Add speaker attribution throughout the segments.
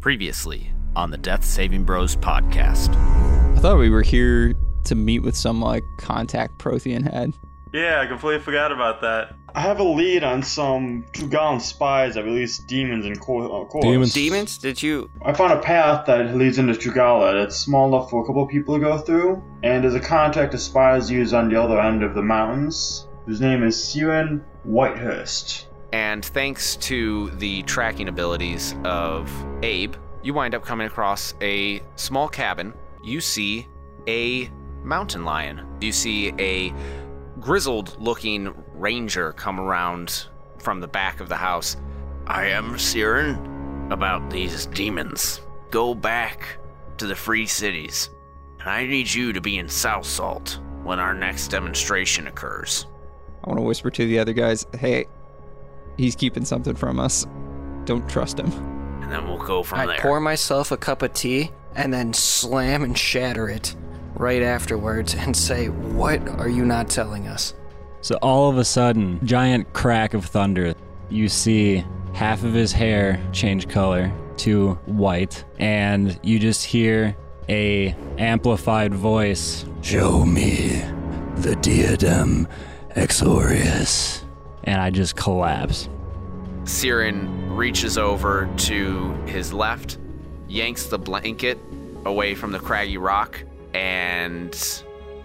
Speaker 1: Previously on the Death Saving Bros podcast.
Speaker 2: I thought we were here to meet with some like contact Prothean had.
Speaker 3: Yeah, I completely forgot about that.
Speaker 4: I have a lead on some Tugan spies that release demons in Kor- uh, Kor-
Speaker 5: Demons.
Speaker 6: Demons? Did you?
Speaker 4: I found a path that leads into Trugala that's small enough for a couple of people to go through, and there's a contact the spies use on the other end of the mountains, whose name is Siren Whitehurst.
Speaker 1: And thanks to the tracking abilities of Abe, you wind up coming across a small cabin. You see a mountain lion. You see a grizzled looking ranger come around from the back of the house. I am Siren about these demons. Go back to the free cities. And I need you to be in South Salt when our next demonstration occurs.
Speaker 2: I want to whisper to the other guys, hey, he's keeping something from us. Don't trust him.
Speaker 1: And then we'll go from
Speaker 6: I
Speaker 1: there.
Speaker 6: pour myself a cup of tea and then slam and shatter it right afterwards and say, What are you not telling us?
Speaker 5: So all of a sudden, giant crack of thunder. You see half of his hair change color to white, and you just hear a amplified voice. Show me the diadem, Exorius. And I just collapse.
Speaker 1: Siren reaches over to his left, yanks the blanket away from the craggy rock, and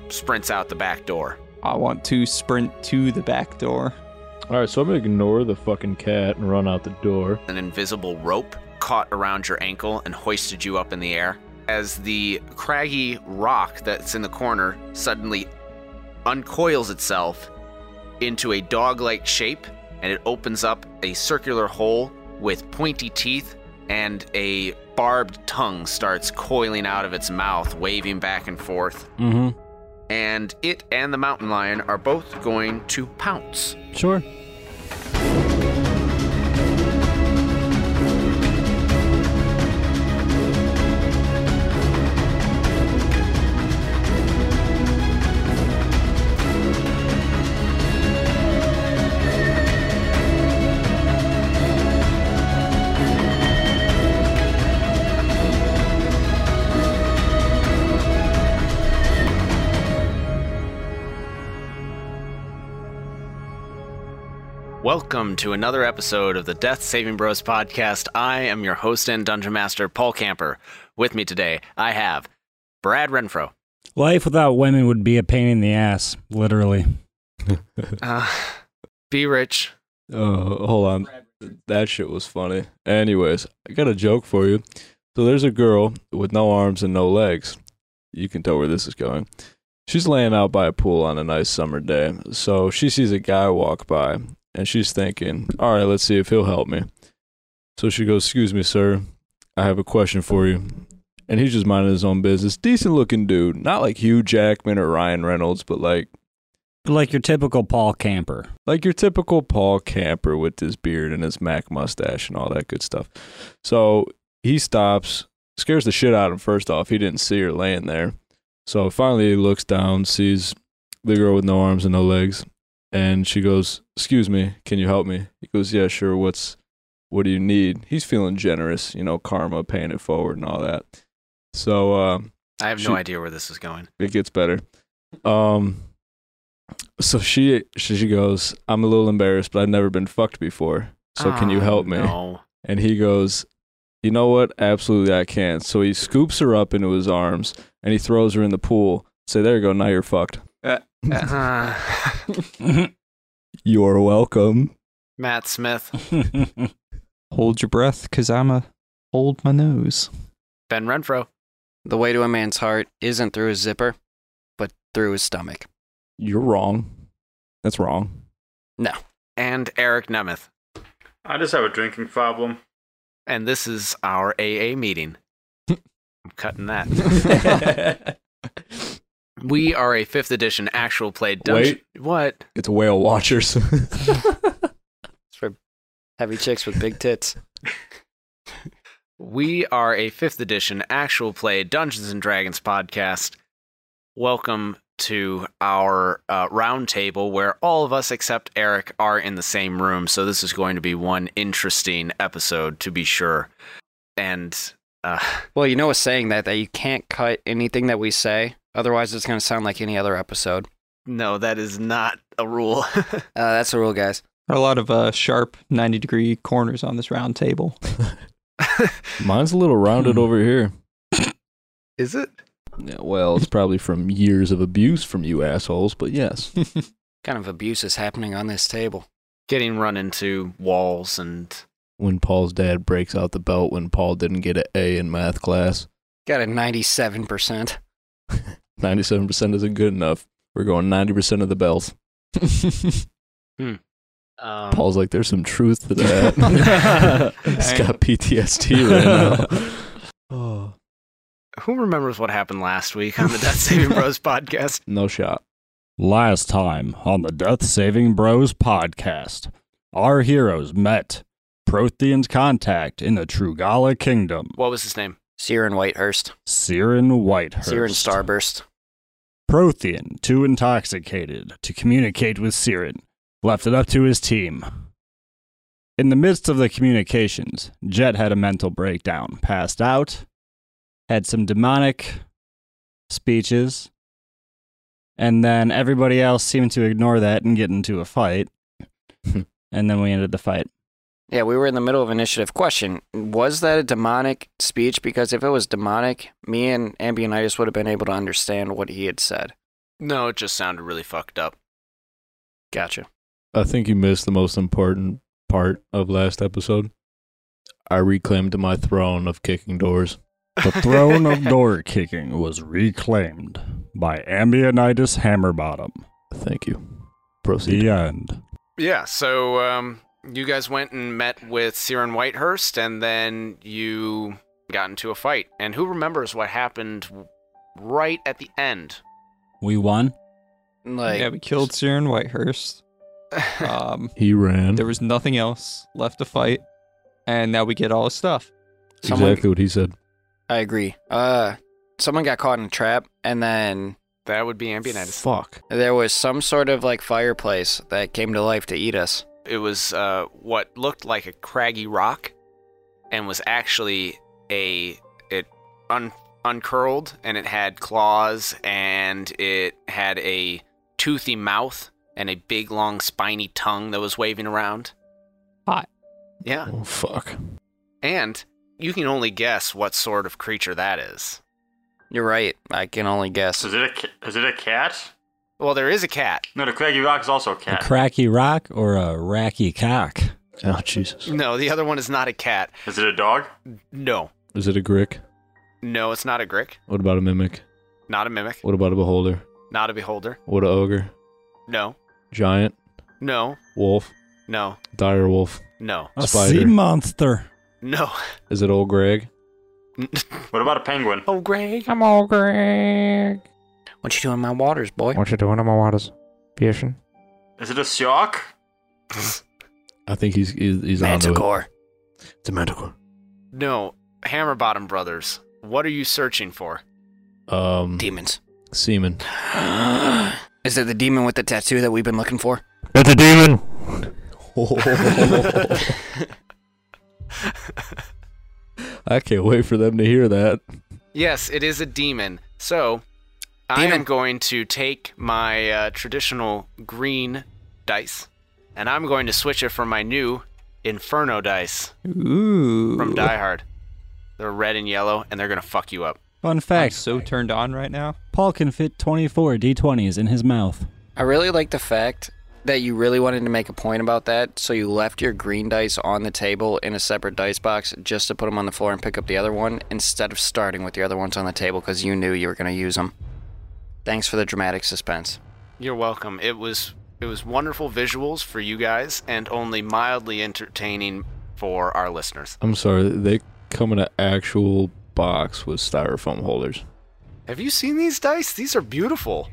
Speaker 1: sprints out the back door.
Speaker 2: I want to sprint to the back door.
Speaker 7: All right, so I'm gonna ignore the fucking cat and run out the door.
Speaker 1: An invisible rope caught around your ankle and hoisted you up in the air. As the craggy rock that's in the corner suddenly uncoils itself into a dog like shape and it opens up a circular hole with pointy teeth and a barbed tongue starts coiling out of its mouth, waving back and forth.
Speaker 5: Mm-hmm.
Speaker 1: and it and the mountain lion are both going to pounce.
Speaker 5: Sure.
Speaker 1: Welcome to another episode of the Death Saving Bros podcast. I am your host and dungeon master, Paul Camper. With me today, I have Brad Renfro.
Speaker 5: Life without women would be a pain in the ass, literally.
Speaker 1: Uh, be rich.
Speaker 7: Oh, hold on. That shit was funny. Anyways, I got a joke for you. So there's a girl with no arms and no legs. You can tell where this is going. She's laying out by a pool on a nice summer day. So she sees a guy walk by and she's thinking, all right, let's see if he'll help me. So she goes, excuse me, sir. I have a question for you. And he's just minding his own business. Decent looking dude. Not like Hugh Jackman or Ryan Reynolds, but like
Speaker 5: Like your typical Paul camper.
Speaker 7: like your typical Paul camper with his beard and his Mac mustache and all that good stuff. So he stops, scares the shit out of him. First off, he didn't see her laying there. So finally, he looks down, sees the girl with no arms and no legs, and she goes, "Excuse me, can you help me?" He goes, "Yeah, sure. What's what do you need?" He's feeling generous, you know, karma, paying it forward, and all that. So um,
Speaker 1: I have no
Speaker 7: Shoot.
Speaker 1: idea where this is going.
Speaker 7: it gets better. Um, so she she she goes, I'm a little embarrassed, but I've never been fucked before. So can you
Speaker 1: Oh,
Speaker 7: help me?
Speaker 1: No.
Speaker 7: And he goes, You know what? Absolutely, I can. So he scoops her up into his arms and he throws her in the pool. Say, there you go. Now you're fucked.
Speaker 1: Uh,
Speaker 7: You're welcome.
Speaker 1: Matt Smith,
Speaker 2: Hold your breath, cause I'm a hold my nose.
Speaker 1: Ben Renfro.
Speaker 6: The way to a man's heart isn't through his zipper, but through his stomach.
Speaker 7: You're wrong. That's wrong.
Speaker 1: and Eric Nemeth.
Speaker 3: I just have a drinking problem.
Speaker 1: And this is our AA meeting. I'm cutting that. We are a fifth edition actual play dungeon. What?
Speaker 7: It's whale watchers.
Speaker 6: It's for heavy chicks with big tits.
Speaker 1: We are a fifth edition actual play Dungeons and Dragons podcast. Welcome to our uh, round table where all of us except Eric are in the same room. So this is going to be one interesting episode to be sure. and uh,
Speaker 6: Well, you know a saying that that you can't cut anything that we say, otherwise it's going to sound like any other episode.
Speaker 1: no, that is not a rule.
Speaker 6: Uh, that's the rule, guys.
Speaker 2: There are a lot of uh, sharp 90 degree corners on this round table.
Speaker 7: Mine's a little rounded over here.
Speaker 1: is it?
Speaker 7: Yeah, well, it's probably from years of abuse from you assholes, but yes.
Speaker 6: Kind of abuse is happening on this table.
Speaker 1: Getting run into walls and
Speaker 7: when Paul's dad breaks out the belt when Paul didn't get an A in math class,
Speaker 6: Got a 97%.
Speaker 7: 97% isn't good enough. We're going 90% of the belts.
Speaker 2: Uh-huh.
Speaker 1: um,
Speaker 7: Paul's like, there's some truth to that. He's got PTSD right now. Oh,
Speaker 1: Who remembers what happened last week on the Death Saving Bros podcast?
Speaker 7: no shot.
Speaker 5: Last time on the Death Saving Bros podcast, our heroes met Prothean's contact in the Trugala Kingdom,
Speaker 1: What was his name?
Speaker 6: Siren Whitehurst.
Speaker 5: Siren Whitehurst.
Speaker 6: Siren Starburst.
Speaker 5: Prothean, too intoxicated to communicate with Siren, left it up to his team. In the midst of the communications, Jet had a mental breakdown, passed out, had some demonic speeches, and then everybody else seemed to ignore that and get into a fight. and then we ended the fight.
Speaker 6: Yeah, we were in the middle of initiative. Question Was that a demonic speech? Because if it was demonic, me and Ambionitis would have been able to understand what he had said.
Speaker 1: No, it just sounded really fucked up.
Speaker 6: Gotcha.
Speaker 7: I think you missed the most important part of last episode. I reclaimed my throne of kicking doors.
Speaker 5: The throne of door kicking was reclaimed by Ambionitis Hammerbottom.
Speaker 7: Thank you. Proceed.
Speaker 5: The end.
Speaker 1: Yeah, so um, you guys went and met with Siren Whitehurst, and then you got into a fight. And who remembers what happened right at the end?
Speaker 5: We won.
Speaker 6: Like,
Speaker 2: yeah, we killed Siren Whitehurst. Um,
Speaker 7: He ran.
Speaker 2: there was nothing else left to fight, and now we get all his stuff.
Speaker 6: someone-
Speaker 7: Exactly what he said.
Speaker 6: I agree. Uh, someone got caught in a trap, and then
Speaker 1: That would be Ambionitis.
Speaker 7: Fuck.
Speaker 6: there was some sort of like fireplace that came to life to eat us.
Speaker 1: It was uh, what looked like a craggy rock, and was actually a it un- uncurled, and it had claws, and it had a toothy mouth, and a big long spiny tongue that was waving around.
Speaker 2: Hot.
Speaker 1: Yeah.
Speaker 7: Oh, fuck.
Speaker 1: And you can only guess what sort of creature that is.
Speaker 6: You're right. I can only guess.
Speaker 3: Is it a ca- is it a cat?
Speaker 1: Well, there is a cat.
Speaker 3: No, the Craggy Rock is also a
Speaker 5: A
Speaker 3: cat.
Speaker 5: cracky rock or a racky cock?
Speaker 7: Oh, Jesus.
Speaker 1: No, the other one is not a cat.
Speaker 3: Is it a dog?
Speaker 1: No.
Speaker 7: Is it a Grick?
Speaker 1: No, it's not a grick,
Speaker 7: What about a mimic?
Speaker 1: not a mimic,
Speaker 7: What about a beholder?
Speaker 1: not a beholder.
Speaker 7: What a ogre?
Speaker 1: No.
Speaker 7: Giant?
Speaker 1: No.
Speaker 7: Wolf?
Speaker 1: No.
Speaker 7: Dire wolf?
Speaker 1: No.
Speaker 5: A
Speaker 7: Spider.
Speaker 5: sea monster.
Speaker 1: No.
Speaker 7: Is it old Greg?
Speaker 3: What about a penguin?
Speaker 1: oh, Greg.
Speaker 8: I'm all Greg.
Speaker 6: What you doing, in my waters, boy?
Speaker 8: What you doing on my waters? Fishing.
Speaker 3: Is it a shark?
Speaker 7: I think he's he's, he's on
Speaker 6: Manticore.
Speaker 7: it. It's a manticore.
Speaker 1: No. Hammerbottom Brothers. What are you searching for?
Speaker 7: Um,
Speaker 6: Demons.
Speaker 7: semen.
Speaker 6: Is it the demon with the tattoo that we've been looking for?
Speaker 8: It's a demon.
Speaker 7: I can't wait for them to hear that.
Speaker 1: Yes, it is a demon. So, I am
Speaker 6: Demon.
Speaker 1: going to take my uh, traditional green dice, and I'm going to switch it for my new Inferno dice.
Speaker 2: Ooh.
Speaker 1: from Die Hard. They're red and yellow, and they're gonna fuck you up.
Speaker 5: Fun
Speaker 2: I'm
Speaker 5: fact
Speaker 2: so turned on right now.
Speaker 5: Paul can fit 24 D20s in his mouth.
Speaker 6: I really like the fact that you really wanted to make a point about that, so you left your green dice on the table in a separate dice box just to put them on the floor and pick up the other one instead of starting with the other ones on the table because you knew you were going to use them. Thanks for the dramatic suspense.
Speaker 1: You're welcome. It was it was wonderful visuals for you guys, and only mildly entertaining for our listeners.
Speaker 7: I'm sorry. They come in an actual box with styrofoam holders.
Speaker 1: Have you seen these dice? These are beautiful.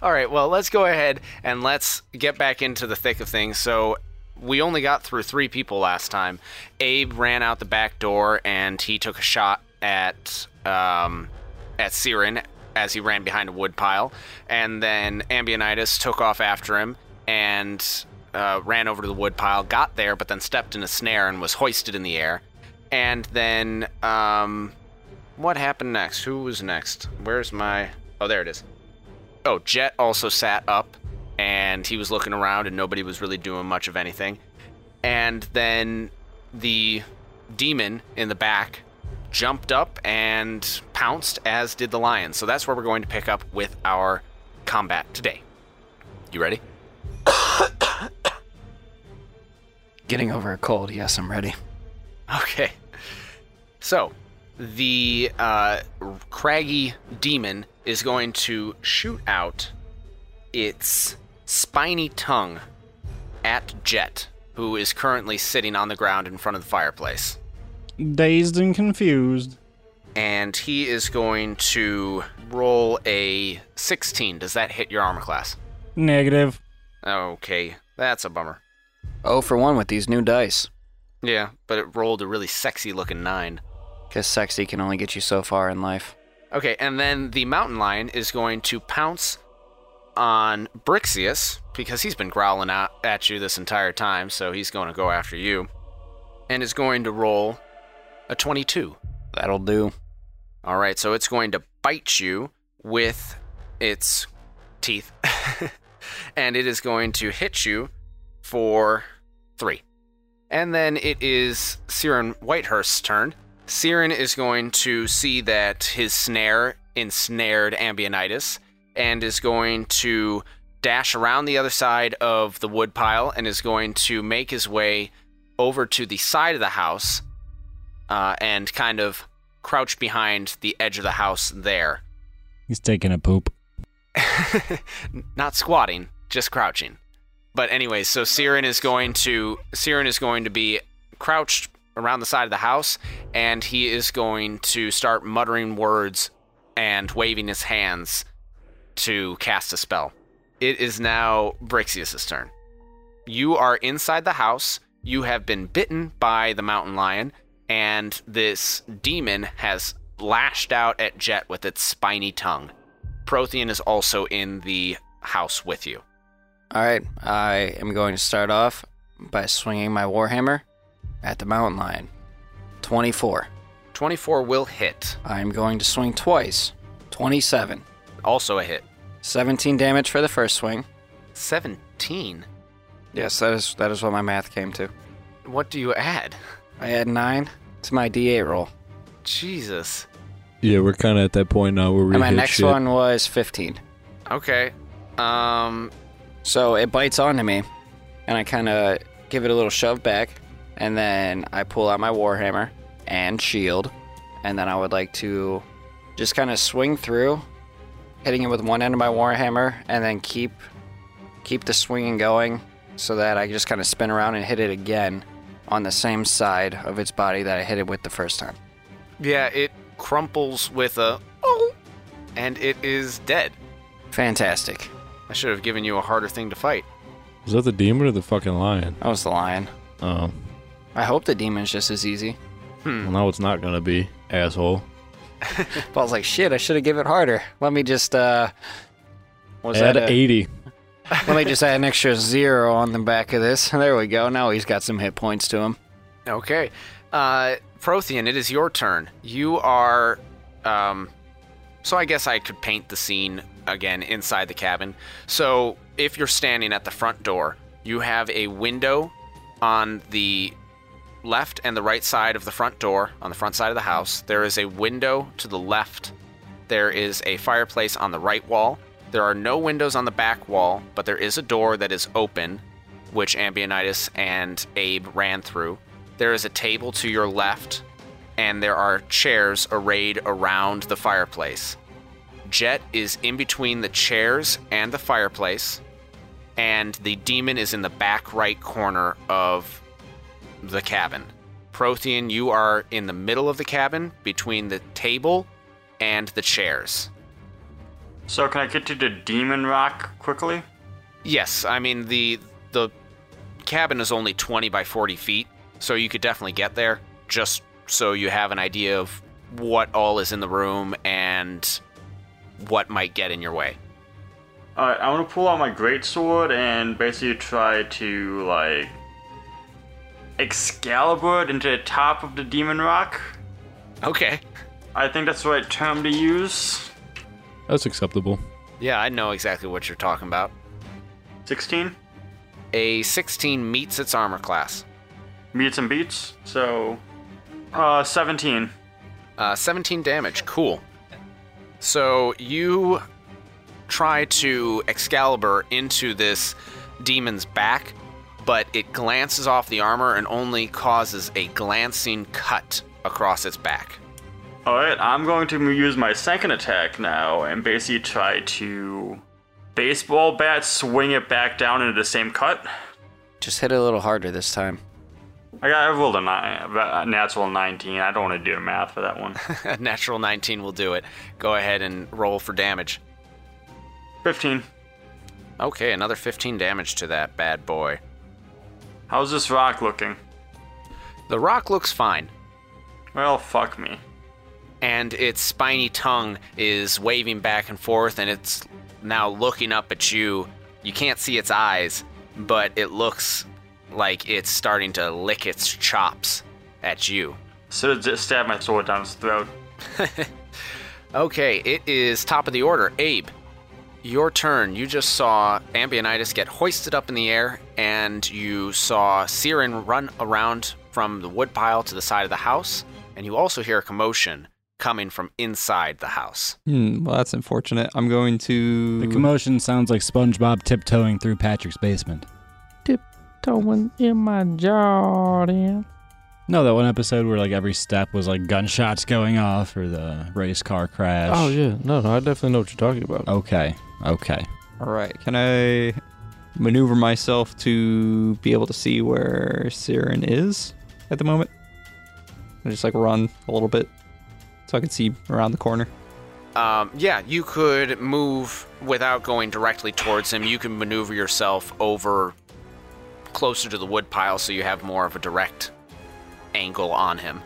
Speaker 1: All right, well, let's go ahead and let's get back into the thick of things. So, we only got through three people last time. Abe ran out the back door and he took a shot at um, at Siren as he ran behind a woodpile, and then Ambionitis took off after him and uh, ran over to the woodpile, got there, but then stepped in a snare and was hoisted in the air. And then, um, what happened next? Who was next? Where's my? Oh, there it is. Oh, Jet also sat up, and he was looking around, and nobody was really doing much of anything. And then the demon in the back jumped up and pounced, as did the lion. So that's where we're going to pick up with our combat today. You ready?
Speaker 6: Getting over a cold. Yes, I'm ready.
Speaker 1: Okay. So, the uh, craggy demon is going to shoot out its spiny tongue at Jet, who is currently sitting on the ground in front of the fireplace.
Speaker 5: Dazed and confused.
Speaker 1: And he is going to roll a 16. Does that hit your armor class?
Speaker 5: Negative.
Speaker 1: Okay, that's a bummer.
Speaker 6: Oh, for one with these new dice.
Speaker 1: Yeah, but it rolled a really sexy looking 9.
Speaker 6: Because sexy can only get you so far in life.
Speaker 1: Okay, and then the mountain lion is going to pounce on Brixius because he's been growling out at you this entire time, so he's going to go after you and is going to roll a 22.
Speaker 6: That'll do.
Speaker 1: All right, so it's going to bite you with its teeth and it is going to hit you for 3. And then it is Siren Whitehurst's turn. Siren is going to see that his snare ensnared Ambionitis and is going to dash around the other side of the wood pile and is going to make his way over to the side of the house uh, and kind of crouch behind the edge of the house there.
Speaker 5: He's taking a poop.
Speaker 1: Not squatting, just crouching. But anyway, so Siren is going to Siren is going to be crouched around the side of the house, and he is going to start muttering words and waving his hands to cast a spell. It is now Brixius' turn. You are inside the house. You have been bitten by the mountain lion, and this demon has lashed out at Jet with its spiny tongue. Prothean is also in the house with you.
Speaker 6: All right, I am going to start off by swinging my warhammer at the mountain lion. 24.
Speaker 1: 24 will hit,
Speaker 6: I am going to swing twice. 27.
Speaker 1: also a hit.
Speaker 6: 17 damage for the first swing.
Speaker 1: 17.
Speaker 6: Yes, that is that is what my math came to.
Speaker 1: What do you add?
Speaker 6: I add 9 to my d8 roll.
Speaker 1: Jesus.
Speaker 7: Yeah, we're kind of at that point now where we
Speaker 6: And my
Speaker 7: hit
Speaker 6: next
Speaker 7: shit.
Speaker 6: one was 15.
Speaker 1: Okay. Um
Speaker 6: So it bites onto me, and I kind of give it a little shove back, and then I pull out my warhammer and shield, and then I would like to just kind of swing through, hitting it with one end of my warhammer, and then keep keep the swinging going, so that I just kind of spin around and hit it again on the same side of its body that I hit it with the first time.
Speaker 1: yeah, it crumples with a oh and it is dead.
Speaker 6: Fantastic.
Speaker 1: I should have given you a harder thing to fight.
Speaker 7: Was that the demon or the fucking lion?
Speaker 6: That was the lion.
Speaker 7: Oh,
Speaker 6: I hope the demon's just as easy. Hmm.
Speaker 7: well, now it's not gonna be asshole.
Speaker 6: But I was like, shit, I should have given it harder. Let me just uh was
Speaker 7: Add
Speaker 6: that a-
Speaker 7: eighty.
Speaker 6: Let me just add an extra zero on the back of this. There we go. Now he's got some hit points to him.
Speaker 1: Okay. Uh Prothean, it is your turn. You are um so I guess I could paint the scene again inside the cabin. So if you're standing at the front door, you have a window on the left and the right side of the front door, on the front side of the house. There is a window to the left. There is a fireplace on the right wall. There are no windows on the back wall, but there is a door that is open, which Ambionitis and Abe ran through. There is a table to your left, and there are chairs arrayed around the fireplace. Jet is in between the chairs and the fireplace, and the demon is in the back right corner of the cabin. Prothean, you are in the middle of the cabin between the table and the chairs.
Speaker 3: So can I get to the demon rock quickly?
Speaker 1: Yes, I mean the the cabin is only 20 by 40 feet, so you could definitely get there. Just so you have an idea of what all is in the room and what might get in your way.
Speaker 3: Alright, I want to pull out my greatsword and basically try to, like, Excalibur into the top of the demon rock.
Speaker 1: Okay.
Speaker 3: I think that's the right term to use.
Speaker 7: That's acceptable.
Speaker 1: Yeah, I know exactly what you're talking about.
Speaker 3: 16
Speaker 1: A 16 meets its armor class.
Speaker 3: meets and beats. So, uh, 17.
Speaker 1: Uh, 17 damage. Cool. So you try to Excalibur into this demon's back, but it glances off the armor and only causes a glancing cut across its back.
Speaker 3: All right, I'm going to use my second attack now and basically try to baseball bat swing it back down into the same cut.
Speaker 6: Just hit it a little harder this time.
Speaker 3: I got I rolled a nine, a natural 19. I don't want to do math for that one.
Speaker 1: A natural 19 will do it. Go ahead and roll for damage.
Speaker 3: 15.
Speaker 1: Okay, another 15 damage to that bad boy.
Speaker 3: How's this rock looking?
Speaker 1: The rock looks fine,
Speaker 3: Well, fuck me.
Speaker 1: and its spiny tongue is waving back and forth, and it's now looking up at you. You can't see its eyes, but it looks like it's starting to lick its chops at you.
Speaker 3: Should have just stabbed my sword down its throat.
Speaker 1: Okay, it is top of the order. Abe, your turn. You just saw Ambionitis get hoisted up in the air, and you saw Siren run around from the woodpile to the side of the house, and you also hear a commotion coming from inside the house.
Speaker 2: Hmm, well, that's unfortunate. I'm going to.
Speaker 5: The commotion sounds like SpongeBob tiptoeing through Patrick's basement.
Speaker 8: Towing in my Jordan.
Speaker 5: No, that one episode where like every step was like gunshots going off or the race car crash.
Speaker 7: Oh yeah, no, no, I definitely know what you're talking about.
Speaker 5: Okay. Okay.
Speaker 2: All right. Can I maneuver myself to be able to see where Siren is at the moment? I just like run a little bit so I can see around the corner.
Speaker 1: Um, yeah, you could move without going directly towards him. You can maneuver yourself over closer to the woodpile so you have more of a direct angle on him.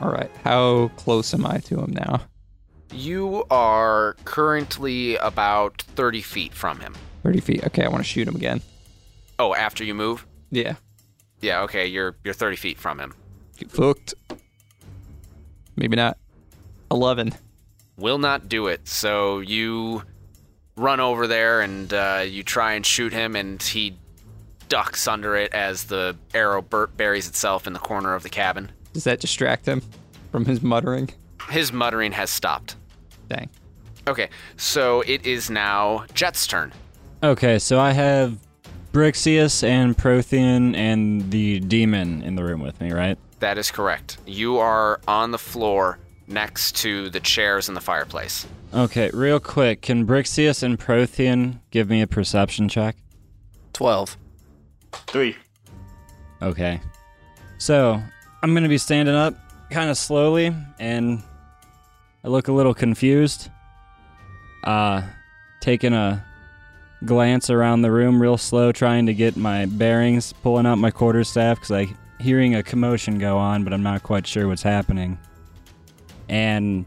Speaker 2: All right. How close am I to him now?
Speaker 1: You are currently about 30 feet from him.
Speaker 2: 30 feet. Okay. I want to shoot him again.
Speaker 1: Oh, after you move?
Speaker 2: Yeah.
Speaker 1: Yeah, okay, you're you're 30 feet from him.
Speaker 2: Get fucked. Maybe not. 11.
Speaker 1: Will not do it. So you run over there and uh, you try and shoot him, and he ducks under it as the arrow bur- buries itself in the corner of the cabin.
Speaker 2: Does that distract him from his muttering?
Speaker 1: His muttering has stopped.
Speaker 2: Dang.
Speaker 1: Okay, so it is now Jet's turn.
Speaker 5: Okay, so I have Brixius and Prothean and the demon in the room with me, right?
Speaker 1: That is correct. You are on the floor next to the chairs and the fireplace.
Speaker 5: Okay, real quick, can Brixius and Prothean give me a perception check?
Speaker 6: 12.
Speaker 3: 3.
Speaker 5: Okay. So, I'm going to be standing up kind of slowly and I look a little confused. Uh taking a glance around the room real slow trying to get my bearings, pulling out my quarterstaff cuz I hearing a commotion go on, but I'm not quite sure what's happening. And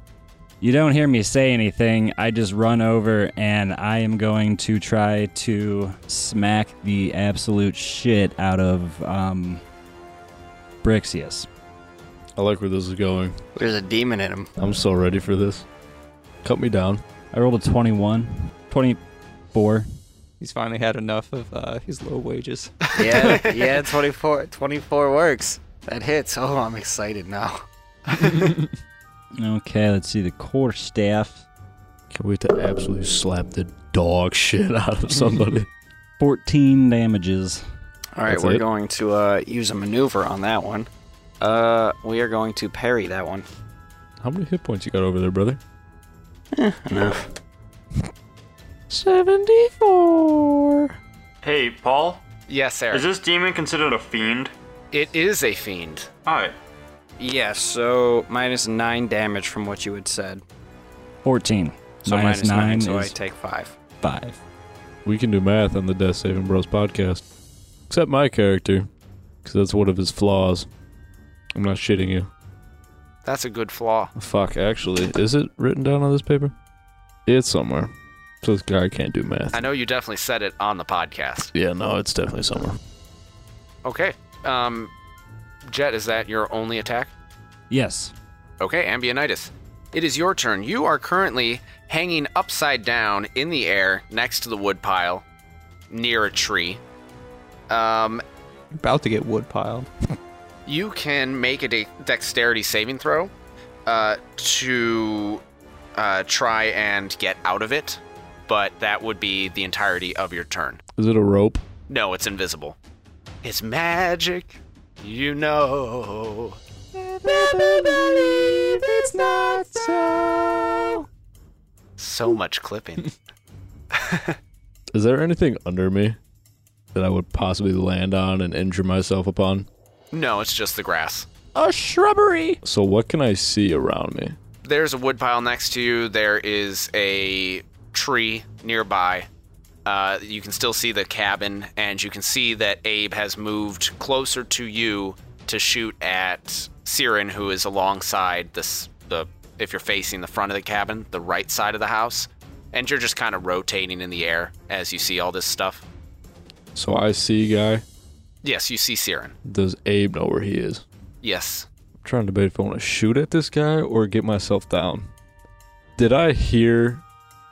Speaker 5: you don't hear me say anything. I just run over and I am going to try to smack the absolute shit out of um, Brixius.
Speaker 7: I like where this is going.
Speaker 6: There's a demon in him.
Speaker 7: I'm so ready for this. Cut me down.
Speaker 5: I rolled a 21, 24.
Speaker 2: He's finally had enough of uh, his low wages.
Speaker 6: Yeah, yeah, 24, 24 works. That hits. Oh, I'm excited now.
Speaker 5: Okay, let's see the core staff.
Speaker 7: Can't wait to absolutely slap the dog shit out of somebody.
Speaker 5: 14 damages.
Speaker 6: All right,
Speaker 7: That's
Speaker 6: we're
Speaker 7: it?
Speaker 6: going to uh, use a maneuver on that one. Uh, we are going to parry that one.
Speaker 7: How many hit points you got over there, brother?
Speaker 6: Enough.
Speaker 8: 74.
Speaker 3: Hey, Paul,
Speaker 1: Yes, Eric.
Speaker 3: is this demon considered a fiend?
Speaker 1: It is a fiend.
Speaker 3: Alright.
Speaker 6: Yeah, so minus nine damage from what you had said.
Speaker 5: 14.
Speaker 6: So minus
Speaker 5: Minus
Speaker 6: nine,
Speaker 5: 9
Speaker 6: so I
Speaker 5: is
Speaker 6: take five.
Speaker 5: 5.
Speaker 7: We can do math on the Death Saving Bros podcast. Except my character, because that's one of his flaws. I'm not shitting you.
Speaker 1: That's a good flaw.
Speaker 7: Fuck, actually, is it written down on this paper? It's somewhere. So this guy can't do math.
Speaker 1: I know you definitely said it on the podcast.
Speaker 7: Yeah, no, it's definitely somewhere.
Speaker 1: Okay. Um, Jet, is that your only attack?
Speaker 5: Yes.
Speaker 1: Okay, Ambionitis. It is your turn. You are currently hanging upside down in the air next to the wood pile near a tree. Um,
Speaker 2: About to get wood piled.
Speaker 1: you can make a de- dexterity saving throw uh, to uh, try and get out of it, but that would be the entirety of your turn.
Speaker 7: Is it a rope?
Speaker 1: No, it's invisible. It's magic, you know. So much clipping.
Speaker 7: Is there anything under me that I would possibly land on and injure myself upon?
Speaker 1: No, it's just the grass.
Speaker 5: A shrubbery.
Speaker 7: So what can I see around me?
Speaker 1: There's a wood pile next to you. There is a tree nearby. Uh, you can still see the cabin, and you can see that Abe has moved closer to you to shoot at Siren, who is alongside this. The if you're facing the front of the cabin, the right side of the house, and you're just kind of rotating in the air as you see all this stuff.
Speaker 7: So I see guy.
Speaker 1: Yes, you see Siren.
Speaker 7: Does Abe know where he is?
Speaker 1: Yes.
Speaker 7: I'm trying to debate if I want to shoot at this guy or get myself down. Did I hear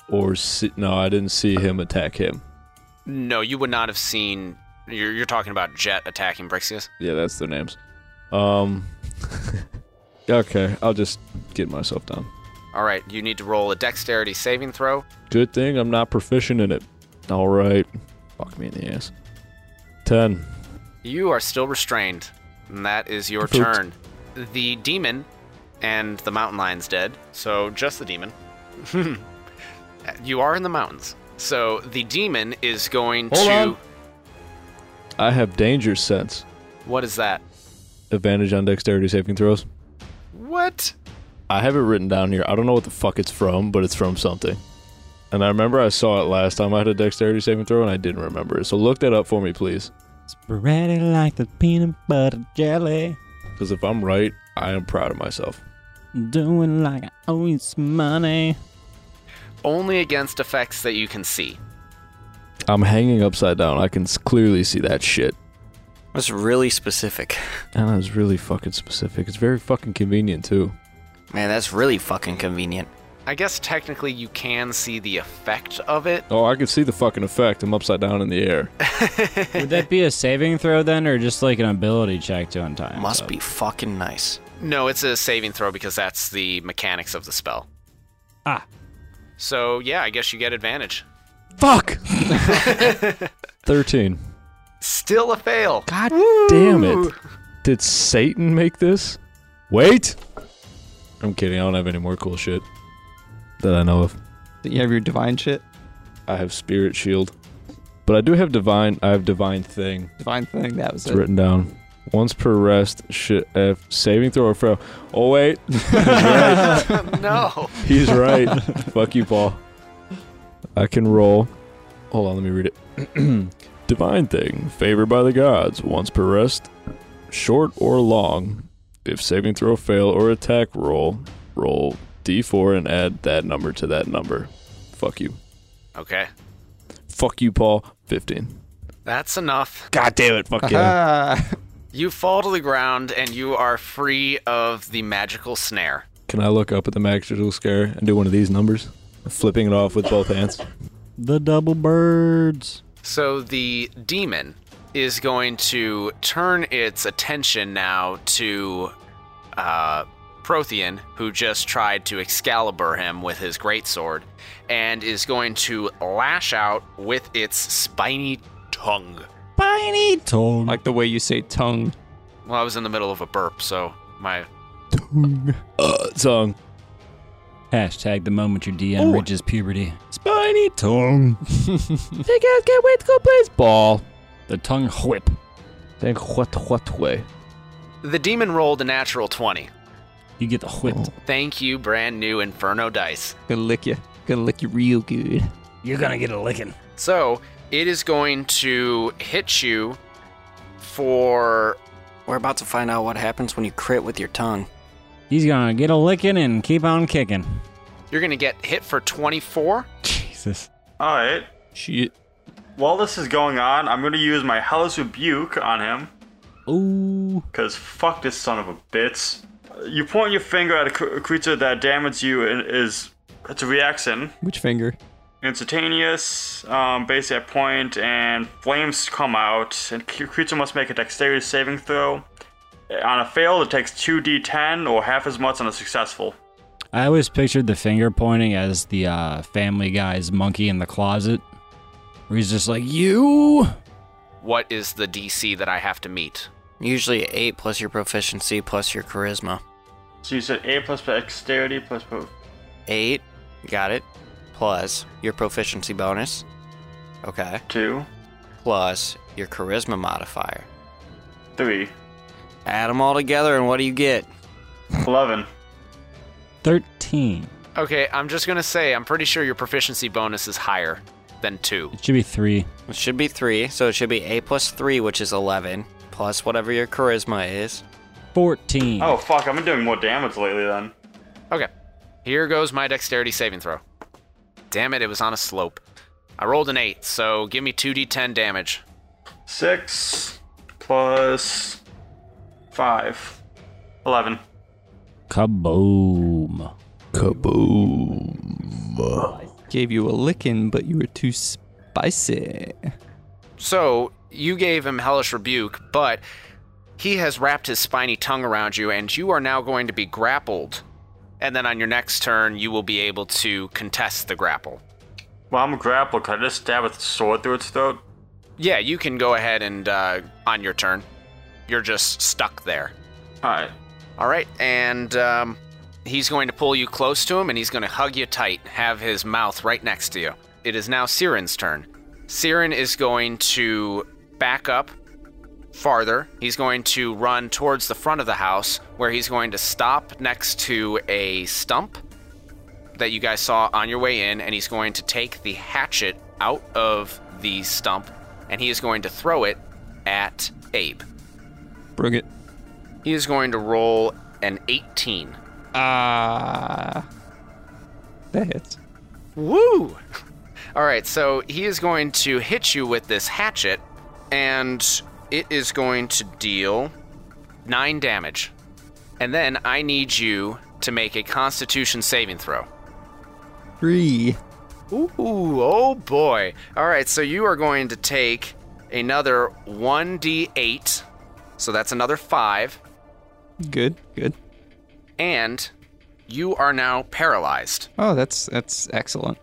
Speaker 7: or see? No, I didn't see him attack him.
Speaker 1: No, you would not have seen. You're, you're talking about Jet attacking Brixius.
Speaker 7: Yeah, that's their names. Um. okay, I'll just get myself down.
Speaker 1: All right, you need to roll a dexterity saving throw.
Speaker 7: Good thing I'm not proficient in it. All right. Fuck me in the ass. 10.
Speaker 1: You are still restrained, and that is your
Speaker 7: Pooped.
Speaker 1: turn. The demon and the mountain lion's dead, so just the demon. you are in the mountains. So the demon is going
Speaker 7: Hold
Speaker 1: to.
Speaker 7: on. I have danger sense.
Speaker 1: What is that?
Speaker 7: Advantage on dexterity saving throws.
Speaker 1: What?
Speaker 7: I have it written down here. I don't know what the fuck it's from, but it's from something. And I remember I saw it last time I had a dexterity saving throw and I didn't remember it. So look that up for me, please.
Speaker 5: Spread it like the peanut butter jelly.
Speaker 7: Because if I'm right, I am proud of myself.
Speaker 5: Doing like I owe you some money.
Speaker 1: Only against effects that you can see.
Speaker 7: I'm hanging upside down. I can s- clearly see that shit.
Speaker 6: That's really specific.
Speaker 7: And that was really fucking specific. It's very fucking convenient, too.
Speaker 6: Man, that's really fucking convenient.
Speaker 1: I guess technically you can see the effect of it.
Speaker 7: Oh, I could see the fucking effect. I'm upside down in the air.
Speaker 5: Would that be a saving throw then, or just like an ability check to untie?
Speaker 6: Must
Speaker 5: himself?
Speaker 6: be fucking nice.
Speaker 1: No, it's a saving throw because that's the mechanics of the spell.
Speaker 5: Ah.
Speaker 1: So, yeah, I guess you get advantage.
Speaker 7: Fuck! 13.
Speaker 1: Still a fail.
Speaker 7: God damn it. Did Satan make this? Wait! I'm kidding. I don't have any more cool shit that I know of.
Speaker 2: You have your divine shit,
Speaker 7: I have Spirit Shield. But I do have Divine. I have Divine Thing.
Speaker 2: divine thing. That was
Speaker 7: It's
Speaker 2: it.
Speaker 7: written down. Once per rest, shit, uh, saving throw or fail. Oh, wait. He's right.
Speaker 1: no.
Speaker 7: He's right. Fuck you, Paul. I can roll. Hold on, let me read it. Divine thing, favored by the gods, once per rest, short or long. If saving throw fail or attack roll, roll d4 and add that number to that number. Fuck you.
Speaker 1: Okay.
Speaker 7: Fuck you, Paul. 15.
Speaker 1: That's enough.
Speaker 7: God damn it. Fuck yeah.
Speaker 2: Ah,
Speaker 1: You fall to the ground and you are free of the magical snare.
Speaker 7: Can I look up at the magical scare and do one of these numbers? Flipping it off with both hands.
Speaker 5: the double birds.
Speaker 1: So the demon is going to turn its attention now to uh, Prothean, who just tried to Excalibur him with his greatsword, and is going to lash out with its spiny tongue.
Speaker 5: Piney tone.
Speaker 2: like the way you say tongue.
Speaker 1: Well, I was in the middle of a burp, so my
Speaker 7: Uh, tongue.
Speaker 5: Hashtag the moment your DM reaches puberty.
Speaker 7: Spiny tongue.
Speaker 8: Hey guys, can't wait to go play.
Speaker 7: Ball.
Speaker 5: The tongue whip.
Speaker 7: Think what what way?
Speaker 1: the demon rolled a natural twenty.
Speaker 5: You get the whipped.
Speaker 7: Oh.
Speaker 1: Thank you, brand new Inferno dice.
Speaker 2: Gonna lick you. Gonna lick you real good.
Speaker 5: You're gonna get a licking.
Speaker 1: So it is going to hit you for
Speaker 6: We're about to find out what happens when you crit with your tongue.
Speaker 5: He's gonna get a licking and keep on kicking.
Speaker 1: You're going to get hit for 24.
Speaker 5: Jesus.
Speaker 3: All right.
Speaker 7: Shit.
Speaker 3: While this is going on, I'm going to use my Hellish Rebuke on him.
Speaker 5: Ooh.
Speaker 3: Because fuck this son of a bitch. You point your finger at a, cr- a creature that damaged you and is. It's a reaction.
Speaker 2: Which finger?
Speaker 3: Instantaneous. Um, basically, I point and flames come out, and c- creature must make a dexterity saving throw. On a fail, it takes 2d10 or half as much on a successful.
Speaker 5: I always pictured the finger pointing as the uh, Family Guy's monkey in the closet, where he's just like, "You."
Speaker 1: What is the DC that I have to meet?
Speaker 6: Usually eight plus your proficiency plus your charisma.
Speaker 3: So you said A plus dexterity plus. pro-
Speaker 6: Eight, got it. Plus your proficiency bonus. Okay.
Speaker 3: Two,
Speaker 6: Plus your charisma modifier.
Speaker 3: three,
Speaker 6: Add them all together, and what do you get?
Speaker 3: 11.
Speaker 5: Thirteen.
Speaker 1: Okay, I'm just gonna say I'm pretty sure your proficiency bonus is higher than two.
Speaker 5: It should be three.
Speaker 6: It should be three, so it should be eight plus three, which is eleven, plus whatever your charisma is.
Speaker 5: Fourteen.
Speaker 3: Oh fuck, I've been doing more damage lately then.
Speaker 1: Okay, here goes my dexterity saving throw. Damn it, it was on a slope. I rolled an eight, so give me 2d10 damage.
Speaker 3: Six plus five. Eleven.
Speaker 5: Kaboom.
Speaker 2: Gave you a licking, but you were too spicy.
Speaker 1: So you gave him hellish rebuke, but he has wrapped his spiny tongue around you, and you are now going to be grappled. And then on your next turn, you will be able to contest the grapple.
Speaker 3: Well, I'm a grappler. Could I just stab a sword through its throat?
Speaker 1: Yeah, you can go ahead and uh, on your turn. You're just stuck there.
Speaker 3: Alright.
Speaker 1: All right, and um, he's going to pull you close to him, and he's going to hug you tight, have his mouth right next to you. It is now Siren's turn. Siren is going to back up farther. He's going to run towards the front of the house, where he's going to stop next to a stump that you guys saw on your way in, and he's going to take the hatchet out of the stump, and he is going to throw it at Abe.
Speaker 2: Bring it.
Speaker 1: He is going to roll an 18.
Speaker 2: Ah. That hits.
Speaker 1: Woo! All right, so he is going to hit you with this hatchet, and it is going to deal nine damage. And then I need you to make a Constitution saving throw.
Speaker 2: Three.
Speaker 1: Ooh, oh boy. All right, so you are going to take another 1d8. So that's another 5.
Speaker 2: Good. Good.
Speaker 1: And you are now paralyzed.
Speaker 2: Oh, that's that's excellent.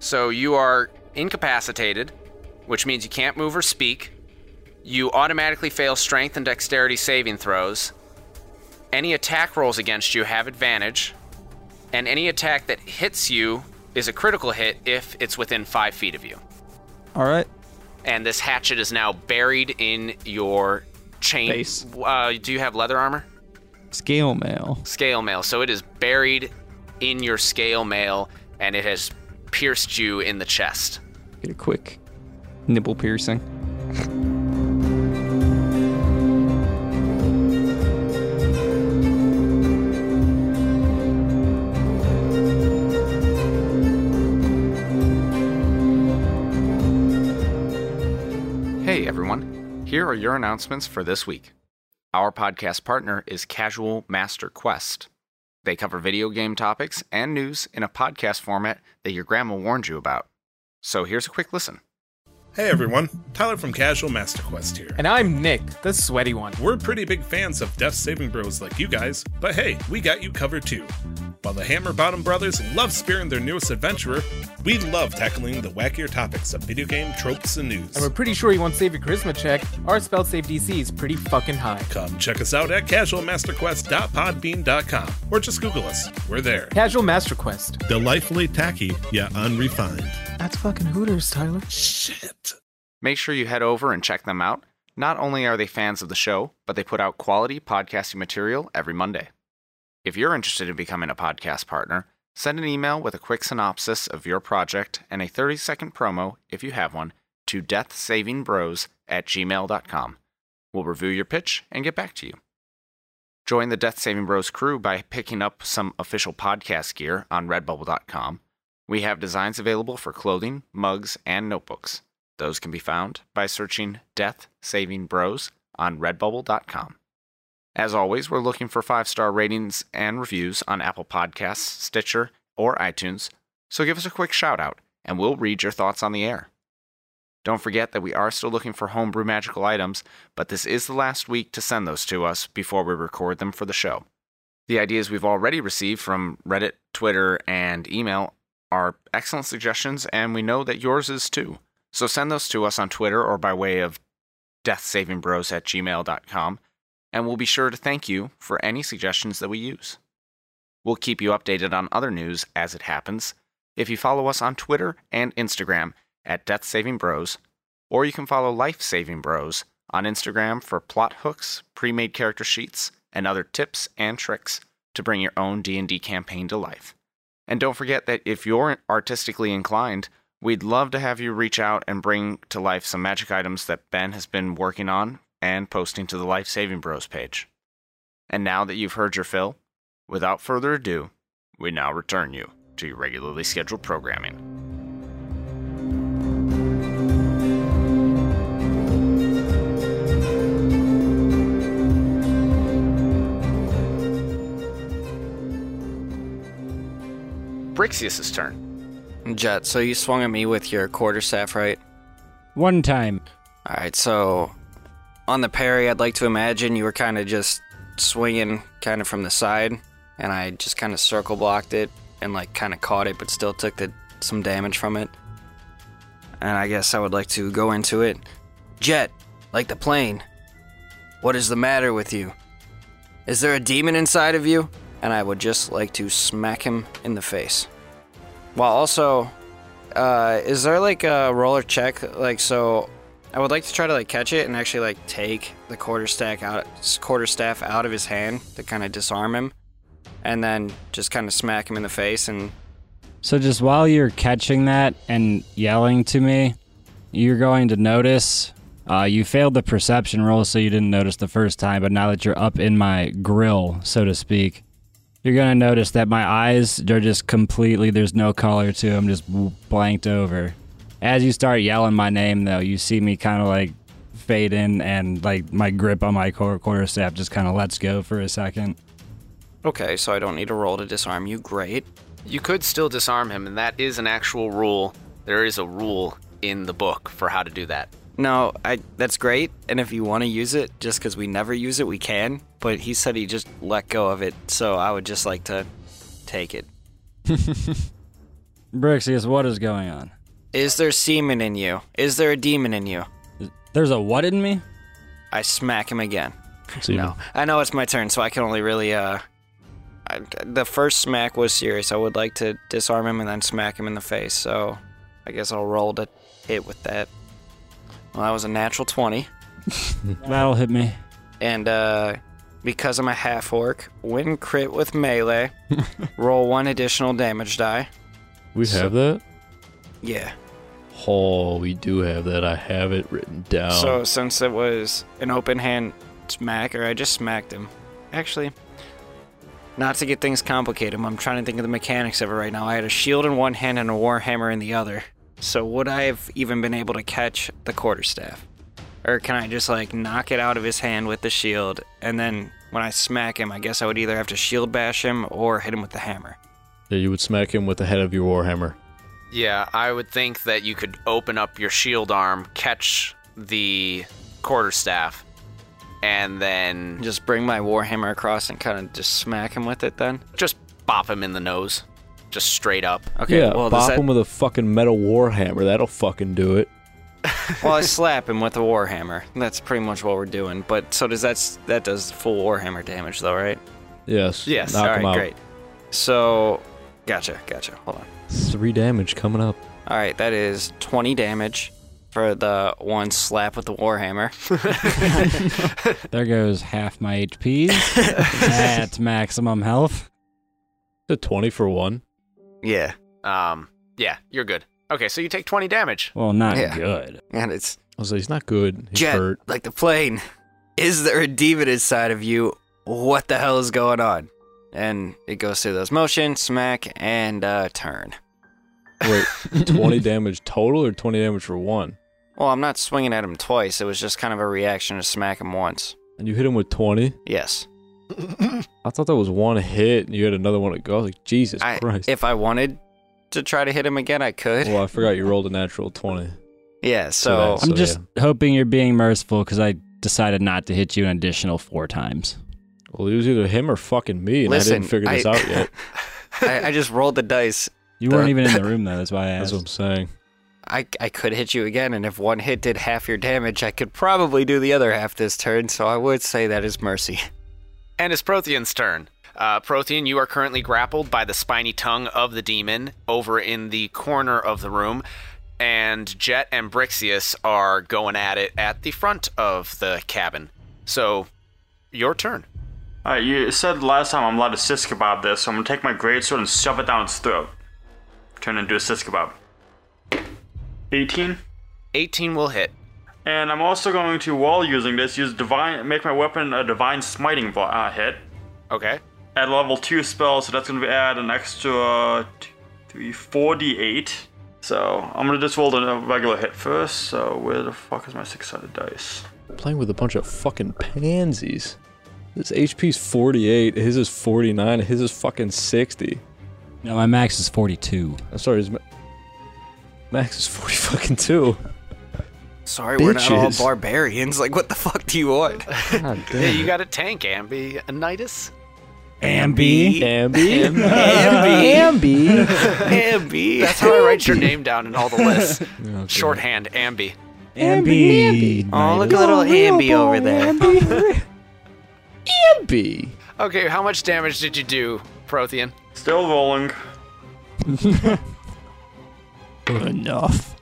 Speaker 1: So you are incapacitated, which means you can't move or speak. You automatically fail strength and dexterity saving throws. Any attack rolls against you have advantage, and any attack that hits you is a critical hit if it's within five feet of you.
Speaker 2: All right.
Speaker 1: And this hatchet is now buried in your chain.
Speaker 2: Base.
Speaker 1: Uh, do you have leather armor?
Speaker 2: Scale mail.
Speaker 1: scale mail. So it is buried in your scale mail and it has pierced you in the chest.
Speaker 2: Get a quick nipple piercing.
Speaker 1: Hey everyone, here are your announcements for this week. Our podcast partner is Casual Master Quest. They cover video game topics and news in a podcast format that your grandma warned you about. So here's a quick listen.
Speaker 9: Hey everyone, Tyler from Casual Master Quest here.
Speaker 8: And I'm Nick, the sweaty one.
Speaker 9: We're pretty big fans of Death Saving Bros like you guys, but hey, we got you covered too. While the Hammer Bottom Brothers love spearing their newest adventurer, we love tackling the wackier topics of video game tropes and news.
Speaker 8: And we're pretty sure you won't save your charisma check. Our spell save DC is pretty fucking high.
Speaker 9: Come check us out at casualmasterquest.podbean.com or just Google us. We're there.
Speaker 8: Casual Master Quest.
Speaker 9: Delightfully tacky, yet unrefined.
Speaker 8: That's fucking Hooters, Tyler.
Speaker 9: Shit.
Speaker 1: Make sure you head over and check them out. Not only are they fans of the show, but they put out quality podcasting material every Monday. If you're interested in becoming a podcast partner, send an email with a quick synopsis of your project and a 30 second promo, if you have one, to deathsavingbros at gmail.com. We'll review your pitch and get back to you. Join the Death Saving Bros crew by picking up some official podcast gear on redbubble.com. We have designs available for clothing, mugs, and notebooks. Those can be found by searching Death Saving Bros on redbubble.com. As always, we're looking for five star ratings and reviews on Apple Podcasts, Stitcher, or iTunes, so give us a quick shout out and we'll read your thoughts on the air. Don't forget that we are still looking for homebrew magical items, but this is the last week to send those to us before we record them for the show. The ideas we've already received from Reddit, Twitter, and email are excellent suggestions, and we know that yours is too. So send those to us on Twitter or by way of deathsavingbros at gmail.com, and we'll be sure to thank you for any suggestions that we use. We'll keep you updated on other news as it happens if you follow us on Twitter and Instagram at Death Saving Bros, or you can follow Life Saving Bros on Instagram for plot hooks, pre-made character sheets, and other tips and tricks to bring your own D&D campaign to life. And don't forget that if you're artistically inclined, we'd love to have you reach out and bring to life some magic items that Ben has been working on and posting to the Life Saving Bros page. And now that you've heard your fill, without further ado, we now return you to your regularly scheduled programming. Brixius' turn.
Speaker 6: Jet, so you swung at me with your quarterstaff, right?
Speaker 5: One time.
Speaker 6: All right, so on the parry, I'd like to imagine you were kind of just swinging kind of from the side, and I just kind of circle blocked it and like kind of caught it, but still took the, some damage from it. And I guess I would like to go into it. Jet, like the plane, what is the matter with you? Is there a demon inside of you? And I would just like to smack him in the face. Well, also, uh, is there like a roller check? Like, so I would like to try to like catch it and actually like take the quarter stack out, quarter staff out of his hand to kind of disarm him, and then just kind of smack him in the face. And
Speaker 5: So just while you're catching that and yelling to me, you're going to notice. Uh, you failed the perception roll, so you didn't notice the first time. But now that you're up in my grill, so to speak, you're gonna notice that my eyes are just completely. There's no color to them, just blanked over. As you start yelling my name, though, you see me kind of like fade in, and like my grip on my quarter quarterstaff just kind of lets go for a second.
Speaker 6: okay, so I don't need a roll to disarm you. Great.
Speaker 1: You could still disarm him, and that is an actual rule. There is a rule in the book for how to do that.
Speaker 6: No, I. That's great. And if you want to use it, just because we never use it, we can. But he said he just let go of it, so I would just like to take it.
Speaker 5: Brixius, what is going on?
Speaker 6: Is there semen in you? Is there a demon in you?
Speaker 5: There's a what in me?
Speaker 6: I smack him again.
Speaker 7: Semen.
Speaker 6: No, I know it's my turn, so I can only really. uh I, The first smack was serious. I would like to disarm him and then smack him in the face. So, I guess I'll roll to hit with that. Well, that was a natural twenty,
Speaker 5: That'll hit me.
Speaker 6: and uh because I'm a half orc, win crit with melee, roll one additional damage die.
Speaker 7: We have that?
Speaker 6: Yeah.
Speaker 7: Oh, we do have that. I have it written down.
Speaker 6: So since it was an open hand smack, or I just smacked him. Actually, not to get things complicated, I'm trying to think of the mechanics of it right now. I had a shield in one hand and a warhammer in the other. So would I have even been able to catch the quarterstaff? Or can I just like knock it out of his hand with the shield, and then when I smack him, I guess I would either have to shield bash him or hit him with the hammer.
Speaker 7: yeah, you would smack him with the head of your warhammer.
Speaker 1: Yeah, I would think that you could open up your shield arm, catch the quarterstaff, and then
Speaker 6: Just bring my warhammer across and kind of just smack him with it then.
Speaker 1: just bop him in the nose, just straight up.
Speaker 6: Okay,
Speaker 7: yeah,
Speaker 6: well, does
Speaker 7: bop
Speaker 6: that-
Speaker 7: him with a fucking metal warhammer. That'll fucking do it.
Speaker 6: well, I slap him with a warhammer. That's pretty much what we're doing. But so does that? That does full warhammer damage, though, right?
Speaker 7: Yes.
Speaker 1: Yes,
Speaker 7: Knock
Speaker 6: All
Speaker 7: him
Speaker 6: right,
Speaker 7: out.
Speaker 6: great. So, gotcha, gotcha. Hold on.
Speaker 7: Three damage coming up.
Speaker 6: All right, that is 20 damage for the one slap with the warhammer.
Speaker 5: There goes half my HP at maximum health.
Speaker 7: The 20 for one.
Speaker 6: yeah,
Speaker 1: Um, yeah, you're good. Okay, so you take 20 damage.
Speaker 5: Well, not
Speaker 6: Yeah.
Speaker 5: good.
Speaker 6: and it's
Speaker 7: I was like, he's not good. He's
Speaker 6: jet
Speaker 7: hurt.
Speaker 6: like the plane. Is there a demon inside of you? What the hell is going on? And it goes through those motion, smack, and uh, turn.
Speaker 7: Wait, 20 damage total or 20 damage for one?
Speaker 6: Well, I'm not swinging at him twice. It was just kind of a reaction to smack him once.
Speaker 7: And you hit him with 20.
Speaker 6: Yes.
Speaker 7: I thought that was one hit and you had another one to go. I was like, Jesus
Speaker 6: I,
Speaker 7: Christ.
Speaker 6: if I wanted to try to hit him again, I could.
Speaker 7: well, I forgot you rolled a natural 20.
Speaker 6: yeah,
Speaker 7: so
Speaker 6: so,
Speaker 7: that's-
Speaker 5: I'm just hoping you're being merciful because I decided not to hit you an additional four times.
Speaker 7: Well, it was either him or fucking me, and
Speaker 6: listen.
Speaker 7: I didn't figure this
Speaker 6: I-
Speaker 7: out yet.
Speaker 6: I, I just rolled the dice.
Speaker 5: You
Speaker 6: The-
Speaker 5: weren't even in the room though. That's why I asked.
Speaker 7: That's what I'm saying.
Speaker 6: I, I could hit you again, and if one hit did half your damage, I could probably do the other half this turn, so I would say that is mercy.
Speaker 1: And it's Prothean's turn. Uh, Prothean, you are currently grappled by the spiny tongue of the demon over in the corner of the room, and Jet and Brixius are going at it at the front of the cabin. So, your turn.
Speaker 3: Alright, you said last time I'm allowed to shish kebab this, so I'm gonna take my greatsword and shove it down its throat. Turn it into a shish kebab. 18.
Speaker 1: 18 will hit.
Speaker 3: And I'm also going to, while using this, use divine, make my weapon a divine smiting vo- uh, hit.
Speaker 1: Okay.
Speaker 3: At level 2 spell, so that's going to add an extra t- three, 48. So I'm going to just roll the regular hit first. So where the fuck is my six sided dice?
Speaker 7: Playing with a bunch of fucking pansies. This HP's 48, his is 49, his is fucking 60.
Speaker 5: No, my max is 42.
Speaker 7: I'm sorry, his ma- max is 40 fucking 2.
Speaker 6: Sorry, we're not all
Speaker 7: Bitches.
Speaker 6: barbarians. Like, what the fuck do you want?
Speaker 7: God
Speaker 1: Yeah,
Speaker 7: damn.
Speaker 1: you got a tank, Ambionitis.
Speaker 5: Ambi.
Speaker 7: Ambi?
Speaker 2: Ambi.
Speaker 1: Ambi. That's how I write your name down in all the lists. Shorthand, Ambi.
Speaker 5: Ambi.
Speaker 6: Oh, look at little Ambi over there.
Speaker 7: Ambi.
Speaker 1: Okay, how much damage did you do, Prothean?
Speaker 3: Still rolling.
Speaker 2: Enough.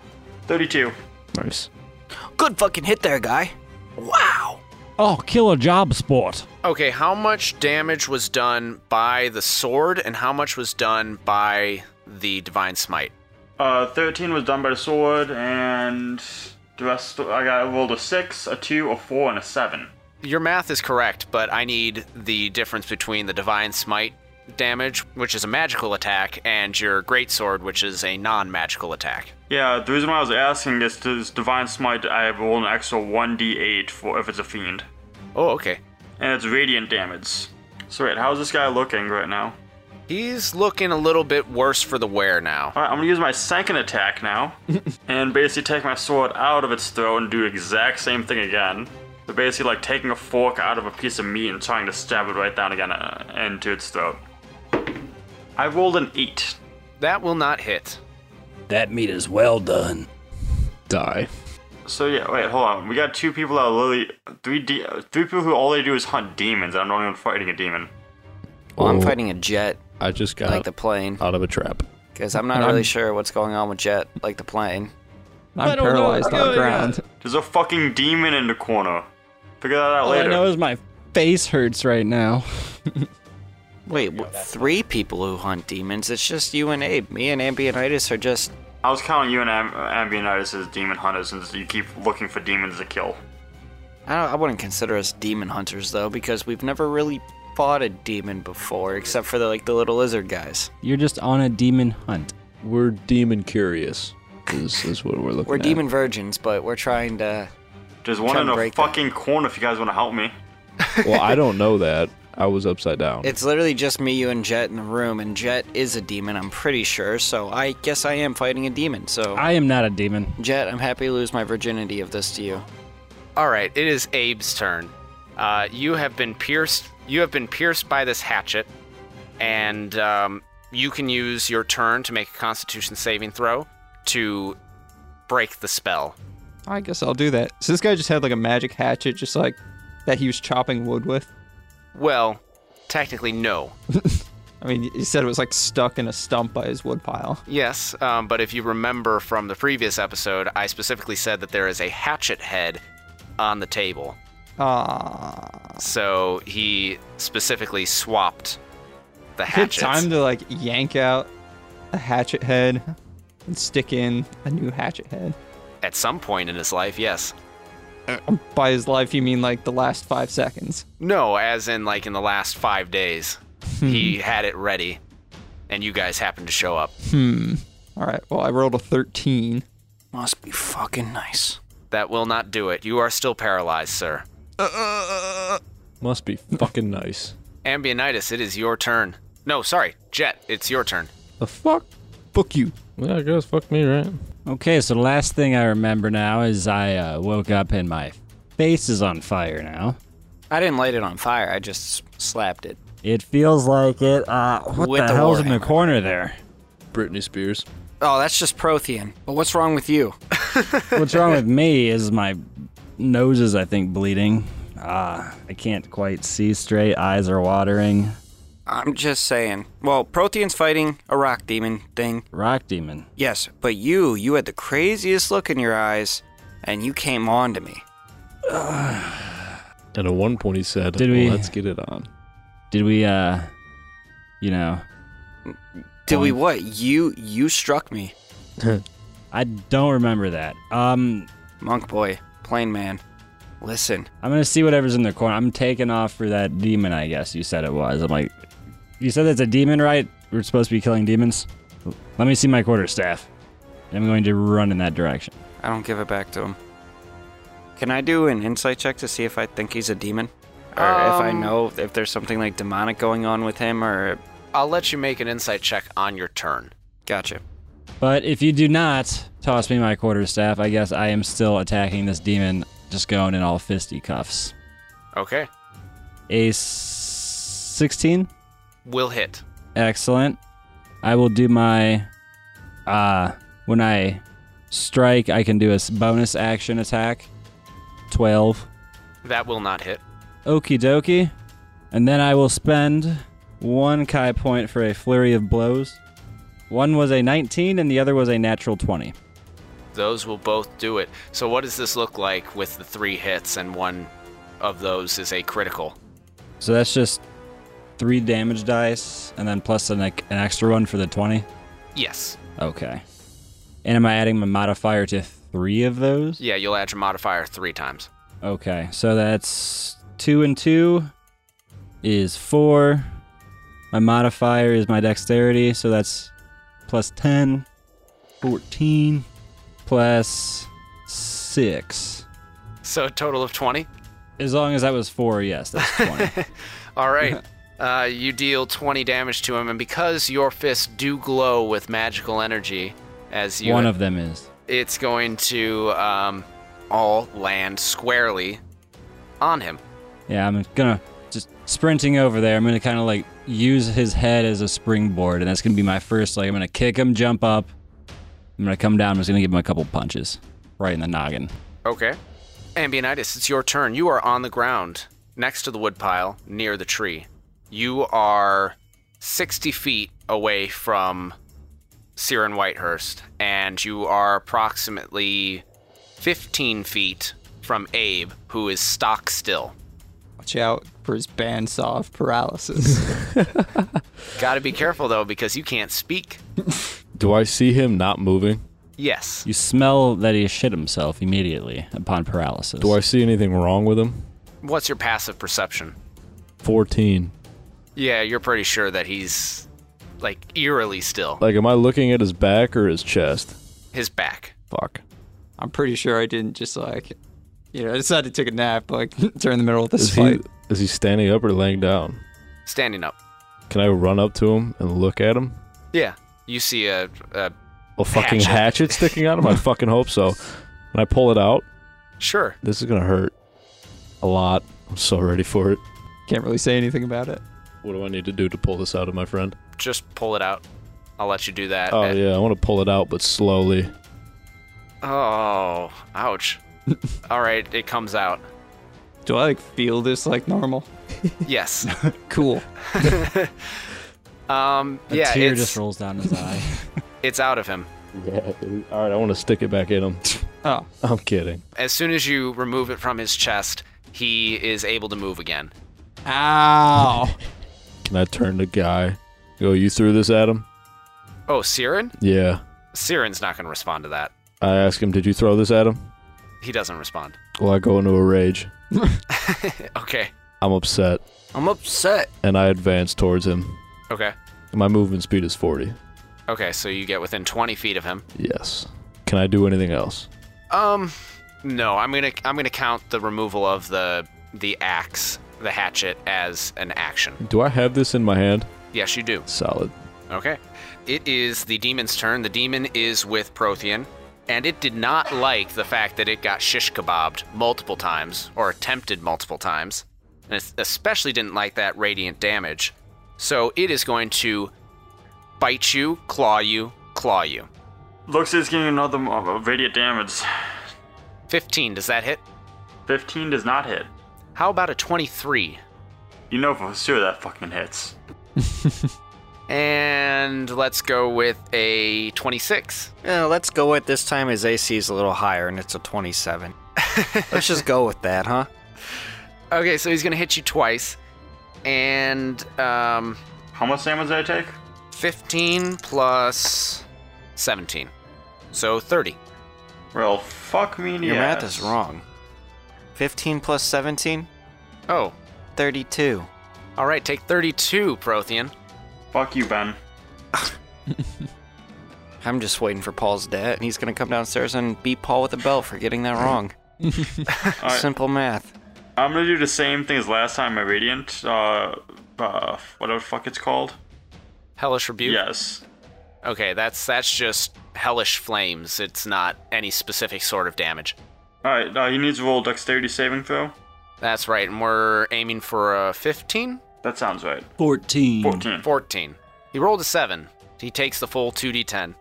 Speaker 3: 32.
Speaker 2: Nice.
Speaker 6: Good fucking hit there, guy. Wow.
Speaker 5: Oh, kill a job sport.
Speaker 1: Okay, how much damage was done by the sword and how much was done by the divine smite?
Speaker 3: Uh, 13 was done by the sword, and the rest, I got rolled a 6, a 2, a 4, and a 7.
Speaker 1: Your math is correct, but I need the difference between the divine smite damage, which is a magical attack, and your greatsword, which is a non-magical attack.
Speaker 3: Yeah, the reason why I was asking is this Divine Smite, I roll an extra 1d8 for if it's a fiend.
Speaker 1: Oh, okay.
Speaker 3: And it's radiant damage. So wait, how's this guy looking right now?
Speaker 1: He's looking a little bit worse for the wear now.
Speaker 3: Alright, I'm gonna use my second attack now. and basically take my sword out of its throat and do the exact same thing again. So basically like taking a fork out of a piece of meat and trying to stab it right down again uh, into its throat. I rolled an 8.
Speaker 1: That will not hit.
Speaker 5: That meat is well done.
Speaker 7: Die.
Speaker 3: So yeah, wait, hold on. We got two people that are literally three de- three people who all they do is hunt demons, and I'm not even fighting a demon.
Speaker 6: Well, I'm
Speaker 7: Oh.
Speaker 6: fighting a jet,
Speaker 7: I just got
Speaker 6: like the plane,
Speaker 7: out of a trap.
Speaker 6: because I'm not
Speaker 2: And
Speaker 6: really
Speaker 2: I'm-
Speaker 6: sure what's going on with jet, like the plane.
Speaker 2: I'm paralyzed on the ground.
Speaker 3: There's a fucking demon in the corner. Figure that out
Speaker 2: All I
Speaker 3: later.
Speaker 2: know is my face hurts right now.
Speaker 6: Wait, wh- three people who hunt demons. It's just you and Abe. Me and Ambionitis are just.
Speaker 3: I was counting you and Am- Ambionitis as demon hunters since you keep looking for demons to kill.
Speaker 6: I, don't, I wouldn't consider us demon hunters though, because we've never really fought a demon before, except for the like the little lizard guys.
Speaker 5: You're just on a demon hunt.
Speaker 7: We're demon curious. Is, is what we're looking
Speaker 6: We're
Speaker 7: at.
Speaker 6: demon virgins, but we're trying to.
Speaker 3: There's one
Speaker 6: Trying
Speaker 3: in
Speaker 6: to
Speaker 3: a
Speaker 6: break that.
Speaker 3: fucking corner if you guys want to help me.
Speaker 7: Well, I don't know that. I was upside down.
Speaker 6: It's literally just me, you, and Jet in the room, and Jet is a demon, I'm pretty sure. So I guess I am fighting a demon. So
Speaker 5: I am not a demon.
Speaker 6: Jet, I'm happy to lose my virginity of this to you.
Speaker 1: All right, it is Abe's turn. Uh, you have been pierced. You have been pierced by this hatchet, and um, you can use your turn to make a Constitution saving throw to break the spell.
Speaker 2: I guess I'll do that. So this guy just had like a magic hatchet, just like that he was chopping wood with.
Speaker 1: Well, technically, no.
Speaker 2: I mean, he said it was like stuck in a stump by his wood pile.
Speaker 1: Yes, um, but if you remember from the previous episode, I specifically said that there is a hatchet head on the table.
Speaker 2: Ah,
Speaker 1: So he specifically swapped the
Speaker 2: good
Speaker 1: hatchets.
Speaker 2: time to like yank out a hatchet head and stick in a new hatchet head.
Speaker 1: At some point in his life, yes.
Speaker 2: By his life, you mean like the last five seconds?
Speaker 1: No, as in like in the last five days, he had it ready, and you guys happened to show up.
Speaker 2: All right. Well, I rolled a thirteen.
Speaker 6: Must be fucking nice.
Speaker 1: That will not do it. You are still paralyzed, sir.
Speaker 7: Must be fucking nice.
Speaker 1: Ambionitis, it is your turn. No, sorry, Jet, it's your turn.
Speaker 2: The fuck? Fuck you.
Speaker 7: Yeah, I guess fuck me, right?
Speaker 5: Okay, so the last thing I remember now is I uh, woke up and my face is on fire now.
Speaker 6: I didn't light it on fire. I just slapped it.
Speaker 5: It feels like it. Uh, what
Speaker 6: With
Speaker 5: the,
Speaker 6: the
Speaker 5: hell's
Speaker 6: war
Speaker 5: in the
Speaker 6: hammer.
Speaker 5: corner there?
Speaker 7: Britney Spears.
Speaker 6: Oh, that's just Prothean. But what's wrong with you?
Speaker 5: What's wrong with me is my nose is, I think, bleeding. Ah, I can't quite see straight. Eyes are watering.
Speaker 6: I'm just saying. Well, Prothean's fighting a rock demon thing.
Speaker 5: Rock demon.
Speaker 6: Yes, but you, you had the craziest look in your eyes, and you came on to me.
Speaker 7: And at one point he said,
Speaker 5: Did we-
Speaker 7: "Let's get it on."
Speaker 5: Did we, uh, you know,
Speaker 6: Did we
Speaker 5: Boing.
Speaker 6: what? You you struck me,
Speaker 5: I don't remember that. Um,
Speaker 6: monk boy, plain man. Listen,
Speaker 5: I'm gonna see whatever's in the corner. I'm taking off for that demon. I guess you said it was. I'm like, you said that's a demon, right? We're supposed to be killing demons. Let me see my quarterstaff. I'm going to run in that direction.
Speaker 6: I don't give it back to him. Can I do an insight check to see if I think he's a demon, or if I
Speaker 1: Um,
Speaker 6: know if there's something like demonic going on with him, or
Speaker 1: I'll let you make an insight check on your turn.
Speaker 6: gotcha.
Speaker 5: But if you do not toss me my quarterstaff, I guess I am still attacking this demon, just going in all fisty cuffs.
Speaker 1: Okay.
Speaker 5: A s- 16?
Speaker 1: Will hit.
Speaker 5: Excellent. I will do my. Uh, when I strike, I can do a s- bonus action attack. 12.
Speaker 1: That will not hit.
Speaker 5: Okie dokie. And then I will spend one Kai point for a flurry of blows. One was a 19 and the other was a natural 20.
Speaker 1: Those will both do it. So what does this look like with the three hits and one of those is a critical?
Speaker 5: So that's just three damage dice and then plus an, an extra one for the 20.
Speaker 1: Yes.
Speaker 5: Okay. And am I adding my modifier to three of those?
Speaker 1: Yeah, you'll add your modifier three times.
Speaker 5: Okay, so that's two and two is four. My modifier is my dexterity, so that's plus 10, 14, plus six.
Speaker 1: So a total of 20.
Speaker 5: As long as that was four, yes, that's 20.
Speaker 1: All right. uh, you deal 20 damage to him, and because your fists do glow with magical energy, as you
Speaker 5: One of them is.
Speaker 1: it's going to um, all land squarely on him.
Speaker 5: Yeah, I'm gonna just sprinting over there. I'm gonna kind of like use his head as a springboard, and that's gonna be my first. Like, I'm gonna kick him, jump up. I'm gonna come down. I'm just gonna give him a couple punches right in the noggin.
Speaker 1: Okay. Ambionitis, it's your turn. You are on the ground next to the woodpile near the tree. You are 60 feet away from Siren Whitehurst, and you are approximately 15 feet from Abe, who is stock still.
Speaker 2: Watch out for his bandsaw of paralysis.
Speaker 1: Gotta be careful though, because you can't speak.
Speaker 7: Do I see him not moving?
Speaker 1: Yes.
Speaker 5: You smell that he shit himself immediately upon paralysis.
Speaker 7: Do I see anything wrong with him?
Speaker 1: What's your passive perception?
Speaker 7: Fourteen.
Speaker 1: Yeah, you're pretty sure that he's like eerily still.
Speaker 7: Like, am I looking at his back or his chest?
Speaker 1: His back.
Speaker 7: Fuck.
Speaker 2: I'm pretty sure I didn't just like, you know, I decided to take a nap like during the middle of this
Speaker 7: Is he
Speaker 2: fight.
Speaker 7: is he standing up or laying down?
Speaker 1: Standing up.
Speaker 7: Can I run up to him and look at him?
Speaker 1: Yeah. You see a, a
Speaker 7: A fucking hatchet,
Speaker 1: Hatchet.
Speaker 7: sticking out of my fucking hope so. And I pull it out.
Speaker 1: sure.
Speaker 7: This is gonna hurt a lot. I'm so ready for it.
Speaker 2: Can't really say anything about it.
Speaker 7: What do I need to do to pull this out of my friend?
Speaker 1: Just pull it out. I'll let you do that.
Speaker 7: Oh
Speaker 1: Uh,
Speaker 7: yeah, I want to pull it out, but slowly.
Speaker 1: Oh, ouch. All right, it comes out.
Speaker 2: Do I like feel this like normal?
Speaker 1: Yes.
Speaker 2: Cool.
Speaker 1: Um.
Speaker 5: A
Speaker 1: yeah.
Speaker 5: tear
Speaker 1: it's,
Speaker 5: just rolls down his eye.
Speaker 1: it's out of him.
Speaker 7: Yeah. All right, I want to stick it back in him.
Speaker 2: Oh,
Speaker 7: I'm kidding.
Speaker 1: As soon as you remove it from his chest, he is able to move again.
Speaker 2: Ah. ow!
Speaker 7: Can I turn to guy? Go, you threw this at him?
Speaker 1: Oh, Siren?
Speaker 7: Yeah.
Speaker 1: Siren's not gonna respond to that.
Speaker 7: I ask him, did you throw this at him?
Speaker 1: He doesn't respond.
Speaker 7: Well, I go into a rage.
Speaker 1: Okay.
Speaker 7: I'm upset,
Speaker 6: I'm upset.
Speaker 7: and I advance towards him.
Speaker 1: Okay.
Speaker 7: My movement speed is 40.
Speaker 1: Okay. So you get within 20 feet of him.
Speaker 7: Yes. Can I do anything else?
Speaker 1: Um. No, I'm gonna I'm gonna count the removal of the the axe, the hatchet, as an action.
Speaker 7: Do I have this in my hand?
Speaker 1: Yes, you do.
Speaker 7: Solid.
Speaker 1: Okay. It is the demon's turn. The demon is with Prothean, and it did not like the fact that it got shish kebabbed multiple times, or attempted multiple times, and it especially didn't like that radiant damage. So it is going to bite you, claw you, claw you.
Speaker 3: Looks like it's getting another uh, radiant damage.
Speaker 1: 15, does that hit?
Speaker 3: 15 does not hit.
Speaker 1: How about a 23?
Speaker 3: You know for sure that fucking hits.
Speaker 1: And let's go with a 26.
Speaker 6: Uh, let's go with this time his AC is a little higher and it's a 27. let's just go with that, huh?
Speaker 1: Okay, so he's going to hit you twice. And um,
Speaker 3: How much damage did I take?
Speaker 1: 15 plus 17. So 30.
Speaker 3: Well, fuck me in the
Speaker 6: Your math
Speaker 3: ass.
Speaker 6: is wrong. 15 plus 17?
Speaker 1: Oh,
Speaker 6: 32.
Speaker 1: all right, take 32, Prothean.
Speaker 3: Fuck you, Ben.
Speaker 6: I'm just waiting for Paul's dad, and he's going to come downstairs and beat Paul with a belt for getting that wrong. Simple math.
Speaker 3: I'm gonna do the same thing as last time. My radiant, uh, uh, whatever the fuck it's called.
Speaker 1: Hellish Rebuke?
Speaker 3: Yes.
Speaker 1: Okay, that's that's just hellish flames. It's not any specific sort of damage.
Speaker 3: All right. Uh, he needs to roll dexterity saving throw.
Speaker 1: That's right, and we're aiming for a 15?
Speaker 3: That sounds right.
Speaker 6: Mm.
Speaker 5: 14.
Speaker 3: 14.
Speaker 1: 14. He rolled a 7. He takes the full 2d10.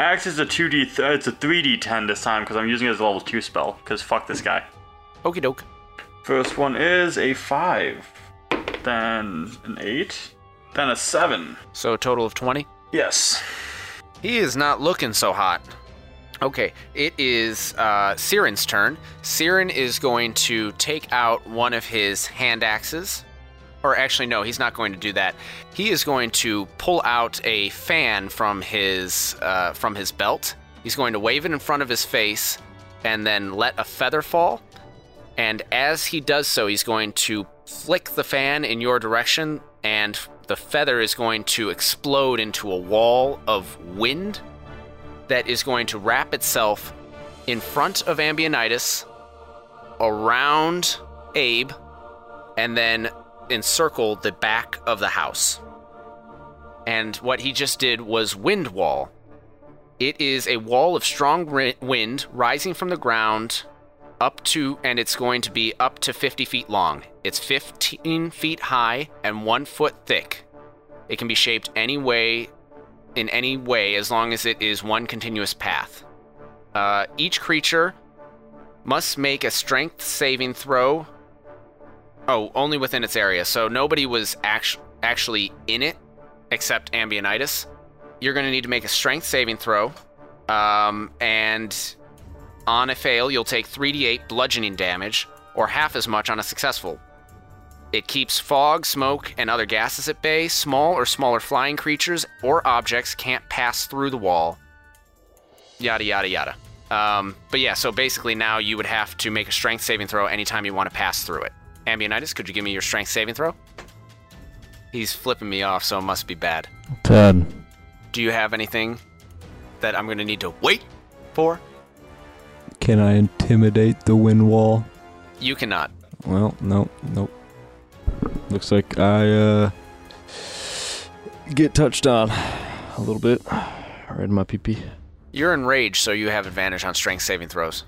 Speaker 3: Axe is a 2d. Th- uh, it's a 3d10 this time because I'm using it as a level two spell. Because fuck this guy.
Speaker 1: Okie doke.
Speaker 3: First one is a five, then an eight, then a seven.
Speaker 1: So a total of 20.
Speaker 3: Yes.
Speaker 1: He is not looking so hot. Okay, it is uh, Siren's turn. Siren is going to take out one of his hand axes. Or actually, no, he's not going to do that. He is going to pull out a fan from his uh, from his belt. He's going to wave it in front of his face, and then let a feather fall. And as he does so, he's going to flick the fan in your direction, and the feather is going to explode into a wall of wind that is going to wrap itself in front of Ambionitis, around Abe, and then encircle the back of the house. And what he just did was wind wall. It is a wall of strong ri- wind rising from the ground up to, and it's going to be up to 50 feet long. It's 15 feet high and one foot thick. It can be shaped any way, in any way, as long as it is one continuous path. Uh, each creature must make a strength saving throw. Oh, only within its area. So nobody was act- actually in it except Ambionitis. You're going to need to make a strength saving throw. Um, and on a fail, you'll take 3d8 bludgeoning damage, or half as much on a successful. It keeps fog, smoke, and other gases at bay. Small or smaller flying creatures or objects can't pass through the wall. Yada, yada, yada. Um, but yeah, so basically now you would have to make a strength saving throw anytime you want to pass through it. Ambionitis, could you give me your strength saving throw? He's flipping me off, so it must be bad.
Speaker 5: 10.
Speaker 1: Do you have anything that I'm going to need to wait for?
Speaker 7: Can I intimidate the wind wall?
Speaker 1: You cannot.
Speaker 7: Well, no, nope. Looks like I uh, get touched on a little bit. Right in my pee pee.
Speaker 1: You're enraged, so you have advantage on strength saving throws.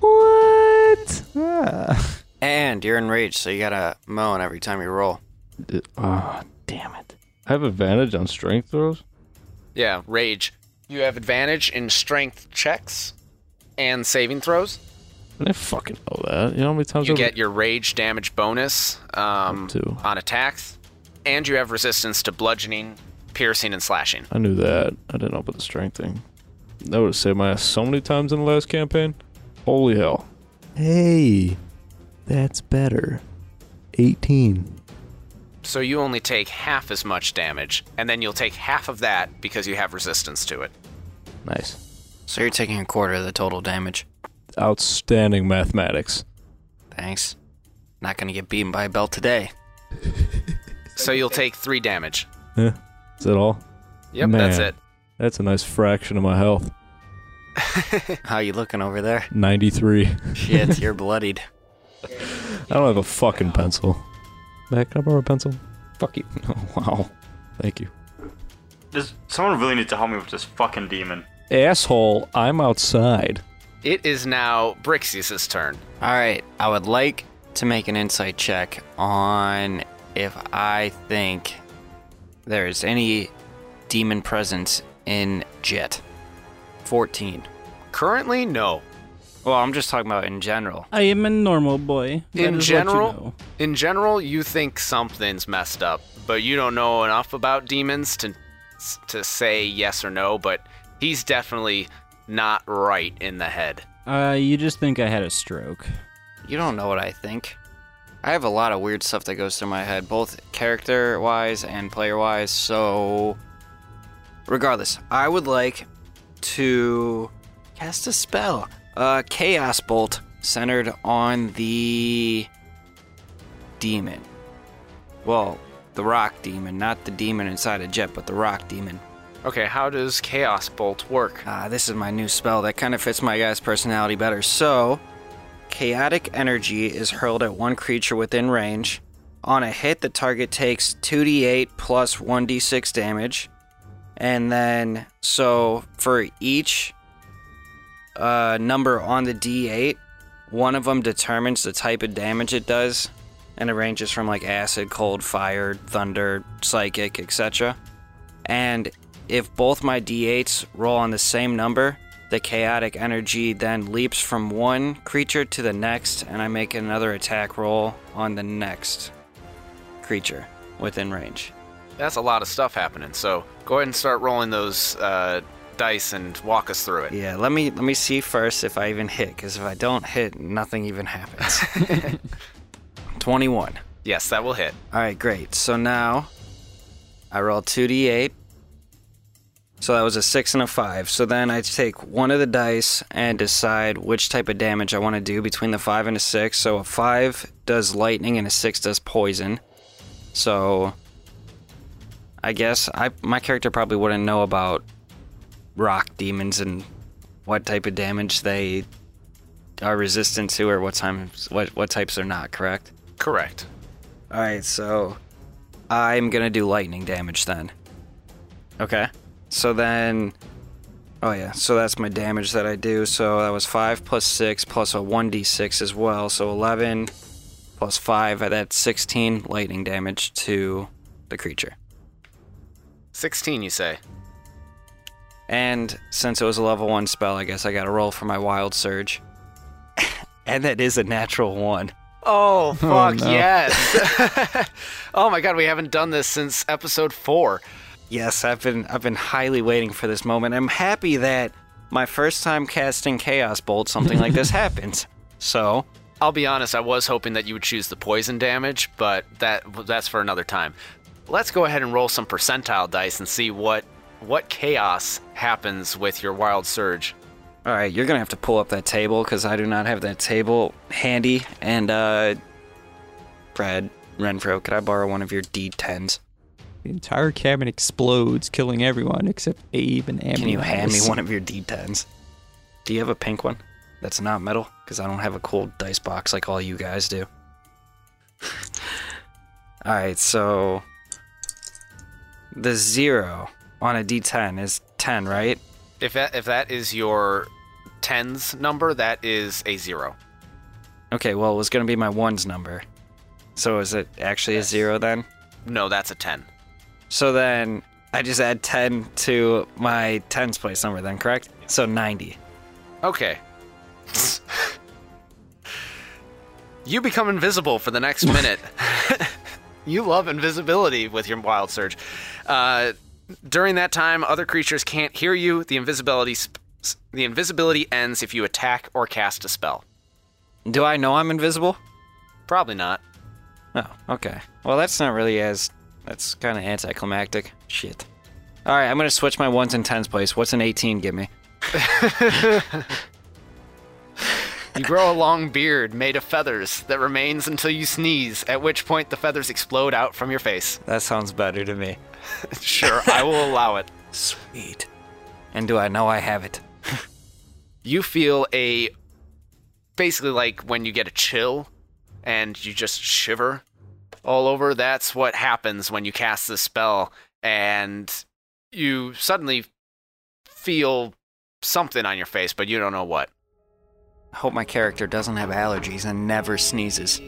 Speaker 2: What? Ah.
Speaker 6: And you're enraged, so you got to moan every time you roll.
Speaker 7: Ah, damn it. I have advantage on strength throws?
Speaker 1: Yeah, rage. You have advantage in strength checks and saving throws.
Speaker 7: I didn't fucking know that. You know how many times
Speaker 1: You
Speaker 7: I've
Speaker 1: get your rage damage bonus um,
Speaker 7: Two.
Speaker 1: on attacks, and you have resistance to bludgeoning, piercing, and slashing.
Speaker 7: I knew that. I didn't know about the strength thing. That would have saved my ass so many times in the last campaign. Holy hell. Hey, that's better. 18.
Speaker 1: So you only take half as much damage, and then you'll take half of that because you have resistance to it.
Speaker 7: Nice.
Speaker 6: So you're taking a quarter of the total damage.
Speaker 7: Outstanding mathematics.
Speaker 6: Thanks. Not going to get beaten by a belt today.
Speaker 1: So you'll take three damage.
Speaker 7: Eh, is that all?
Speaker 1: Yep, that's
Speaker 7: Man.
Speaker 1: it.
Speaker 7: That's a nice fraction of my health.
Speaker 6: How you looking over there?
Speaker 7: 93.
Speaker 6: Shit, you're bloodied.
Speaker 7: I don't have a fucking pencil. Matt, can I borrow a pencil?
Speaker 2: Fuck you.
Speaker 7: Oh, wow. Thank you.
Speaker 3: Does someone really needs to help me with this fucking demon?
Speaker 7: Asshole, I'm outside.
Speaker 1: It is now Brixius' turn.
Speaker 6: All right, I would like to make an insight check on if I think there is any demon presence in Jet. 14.
Speaker 1: Currently, no.
Speaker 6: Well, I'm just talking about in general.
Speaker 10: I am a normal boy. That is what
Speaker 1: in
Speaker 10: you
Speaker 1: general,
Speaker 10: know.
Speaker 1: in general, you think something's messed up, but you don't know enough about demons to to say yes or no. But he's definitely not right in the head.
Speaker 5: Uh, you just think I had a stroke.
Speaker 6: You don't know what I think. I have a lot of weird stuff that goes through my head, both character wise and player wise, so. Regardless, I would like to cast a spell. A Chaos Bolt centered on the demon. Well, the rock demon, not the demon inside a jet, but the rock demon.
Speaker 1: Okay, how does Chaos Bolt work?
Speaker 6: Ah, this is my new spell that kind of fits my guy's personality better. So, chaotic energy is hurled at one creature within range. On a hit, the target takes 2d8 plus 1d6 damage. And then, so for each uh, number on the d8, one of them determines the type of damage it does. And it ranges from like acid, cold, fire, thunder, psychic, etc. And if both my d8s roll on the same number, the chaotic energy then leaps from one creature to the next, and I make another attack roll on the next creature within range.
Speaker 1: That's a lot of stuff happening. So go ahead and start rolling those uh, dice and walk us through it.
Speaker 6: Yeah, let me let me see first if I even hit, because if I don't hit, nothing even happens. Twenty-one.
Speaker 1: Yes, that will hit.
Speaker 6: All right, great. So now I roll 2d8. So that was a 6 and a 5. So then I take one of the dice and decide which type of damage I want to do between the 5 and a 6. So a 5 does lightning and a 6 does poison. So I guess I my character probably wouldn't know about rock demons and what type of damage they are resistant to or what times what what types they're not, correct?
Speaker 1: Correct.
Speaker 6: All right, so I'm gonna do lightning damage then. Okay. So then, oh yeah, so that's my damage that I do. So that was five plus six plus a one d six as well. So eleven plus five, that's sixteen lightning damage to the creature.
Speaker 1: 16, you say.
Speaker 6: And since it was a level one spell, I guess I got to roll for my wild surge. and that is a natural one.
Speaker 1: Oh, fuck yes. oh my god, we haven't done this since episode four.
Speaker 6: Yes, I've been I've been highly waiting for this moment. I'm happy that my first time casting Chaos Bolt, something like this happens. So
Speaker 1: I'll be honest, I was hoping that you would choose the poison damage, but that that's for another time. Let's go ahead and roll some percentile dice and see what what chaos happens with your wild surge.
Speaker 6: all right, you're gonna have to pull up that table because I do not have that table handy. And uh Brad Renfro, could I borrow one of your D tens?
Speaker 2: The entire cabin explodes, killing everyone except Abe and Abby.
Speaker 6: Can you hand me one of your D tens? Do you have a pink one? That's not metal, because I don't have a cool dice box like all you guys do. Alright, so the zero on a D ten is ten, right?
Speaker 1: If that if that is your tens number, that is a zero.
Speaker 6: Okay, well it was gonna be my ones number. So is it actually a zero then?
Speaker 1: No, that's a ten.
Speaker 6: So then I just add ten to my tens place number then, correct? So ninety.
Speaker 1: Okay. you become invisible for the next minute. you love invisibility with your wild surge. Uh, during that time, other creatures can't hear you. The invisibility sp- s- the invisibility ends if you attack or cast a spell.
Speaker 6: Do I know I'm invisible?
Speaker 1: Probably not.
Speaker 6: Oh, okay. Well, that's not really as. That's kind of anticlimactic. Shit. All right, I'm gonna switch my ones and tens place. What's an 18 give me?
Speaker 1: You grow a long beard made of feathers that remains until you sneeze, at which point the feathers explode out from your face.
Speaker 6: That sounds better to me.
Speaker 1: Sure, I will allow it.
Speaker 6: And do I know I have it?
Speaker 1: you feel a basically like when you get a chill and you just shiver all over. That's what happens when you cast this spell and you suddenly feel something on your face, but you don't know what.
Speaker 6: I hope my character doesn't have allergies and never sneezes.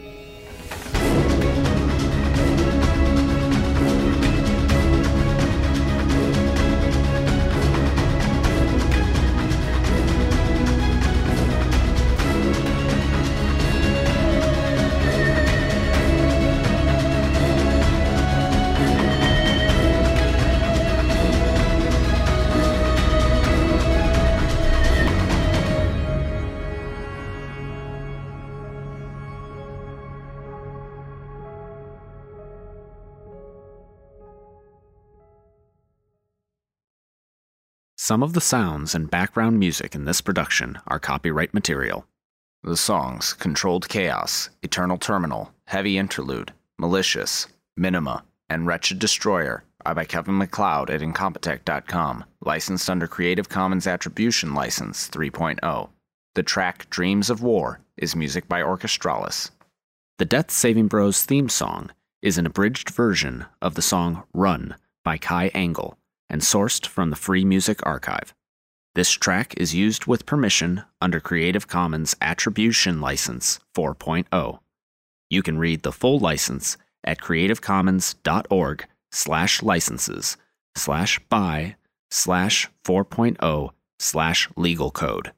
Speaker 1: Some of the sounds and background music in this production are copyright material. The songs Controlled Chaos, Eternal Terminal, Heavy Interlude, Malicious, Minima, and Wretched Destroyer are by Kevin McLeod at Incompetech.com, licensed under Creative Commons Attribution License 3.0. The track Dreams of War is music by Orchestralis. The Death Saving Bros theme song is an abridged version of the song Run by Kai Angle and sourced from the Free Music Archive. This track is used with permission under Creative Commons Attribution License 4.0. You can read the full license at creativecommons.org slash licenses oh slash by slash 4.0 slash legal code.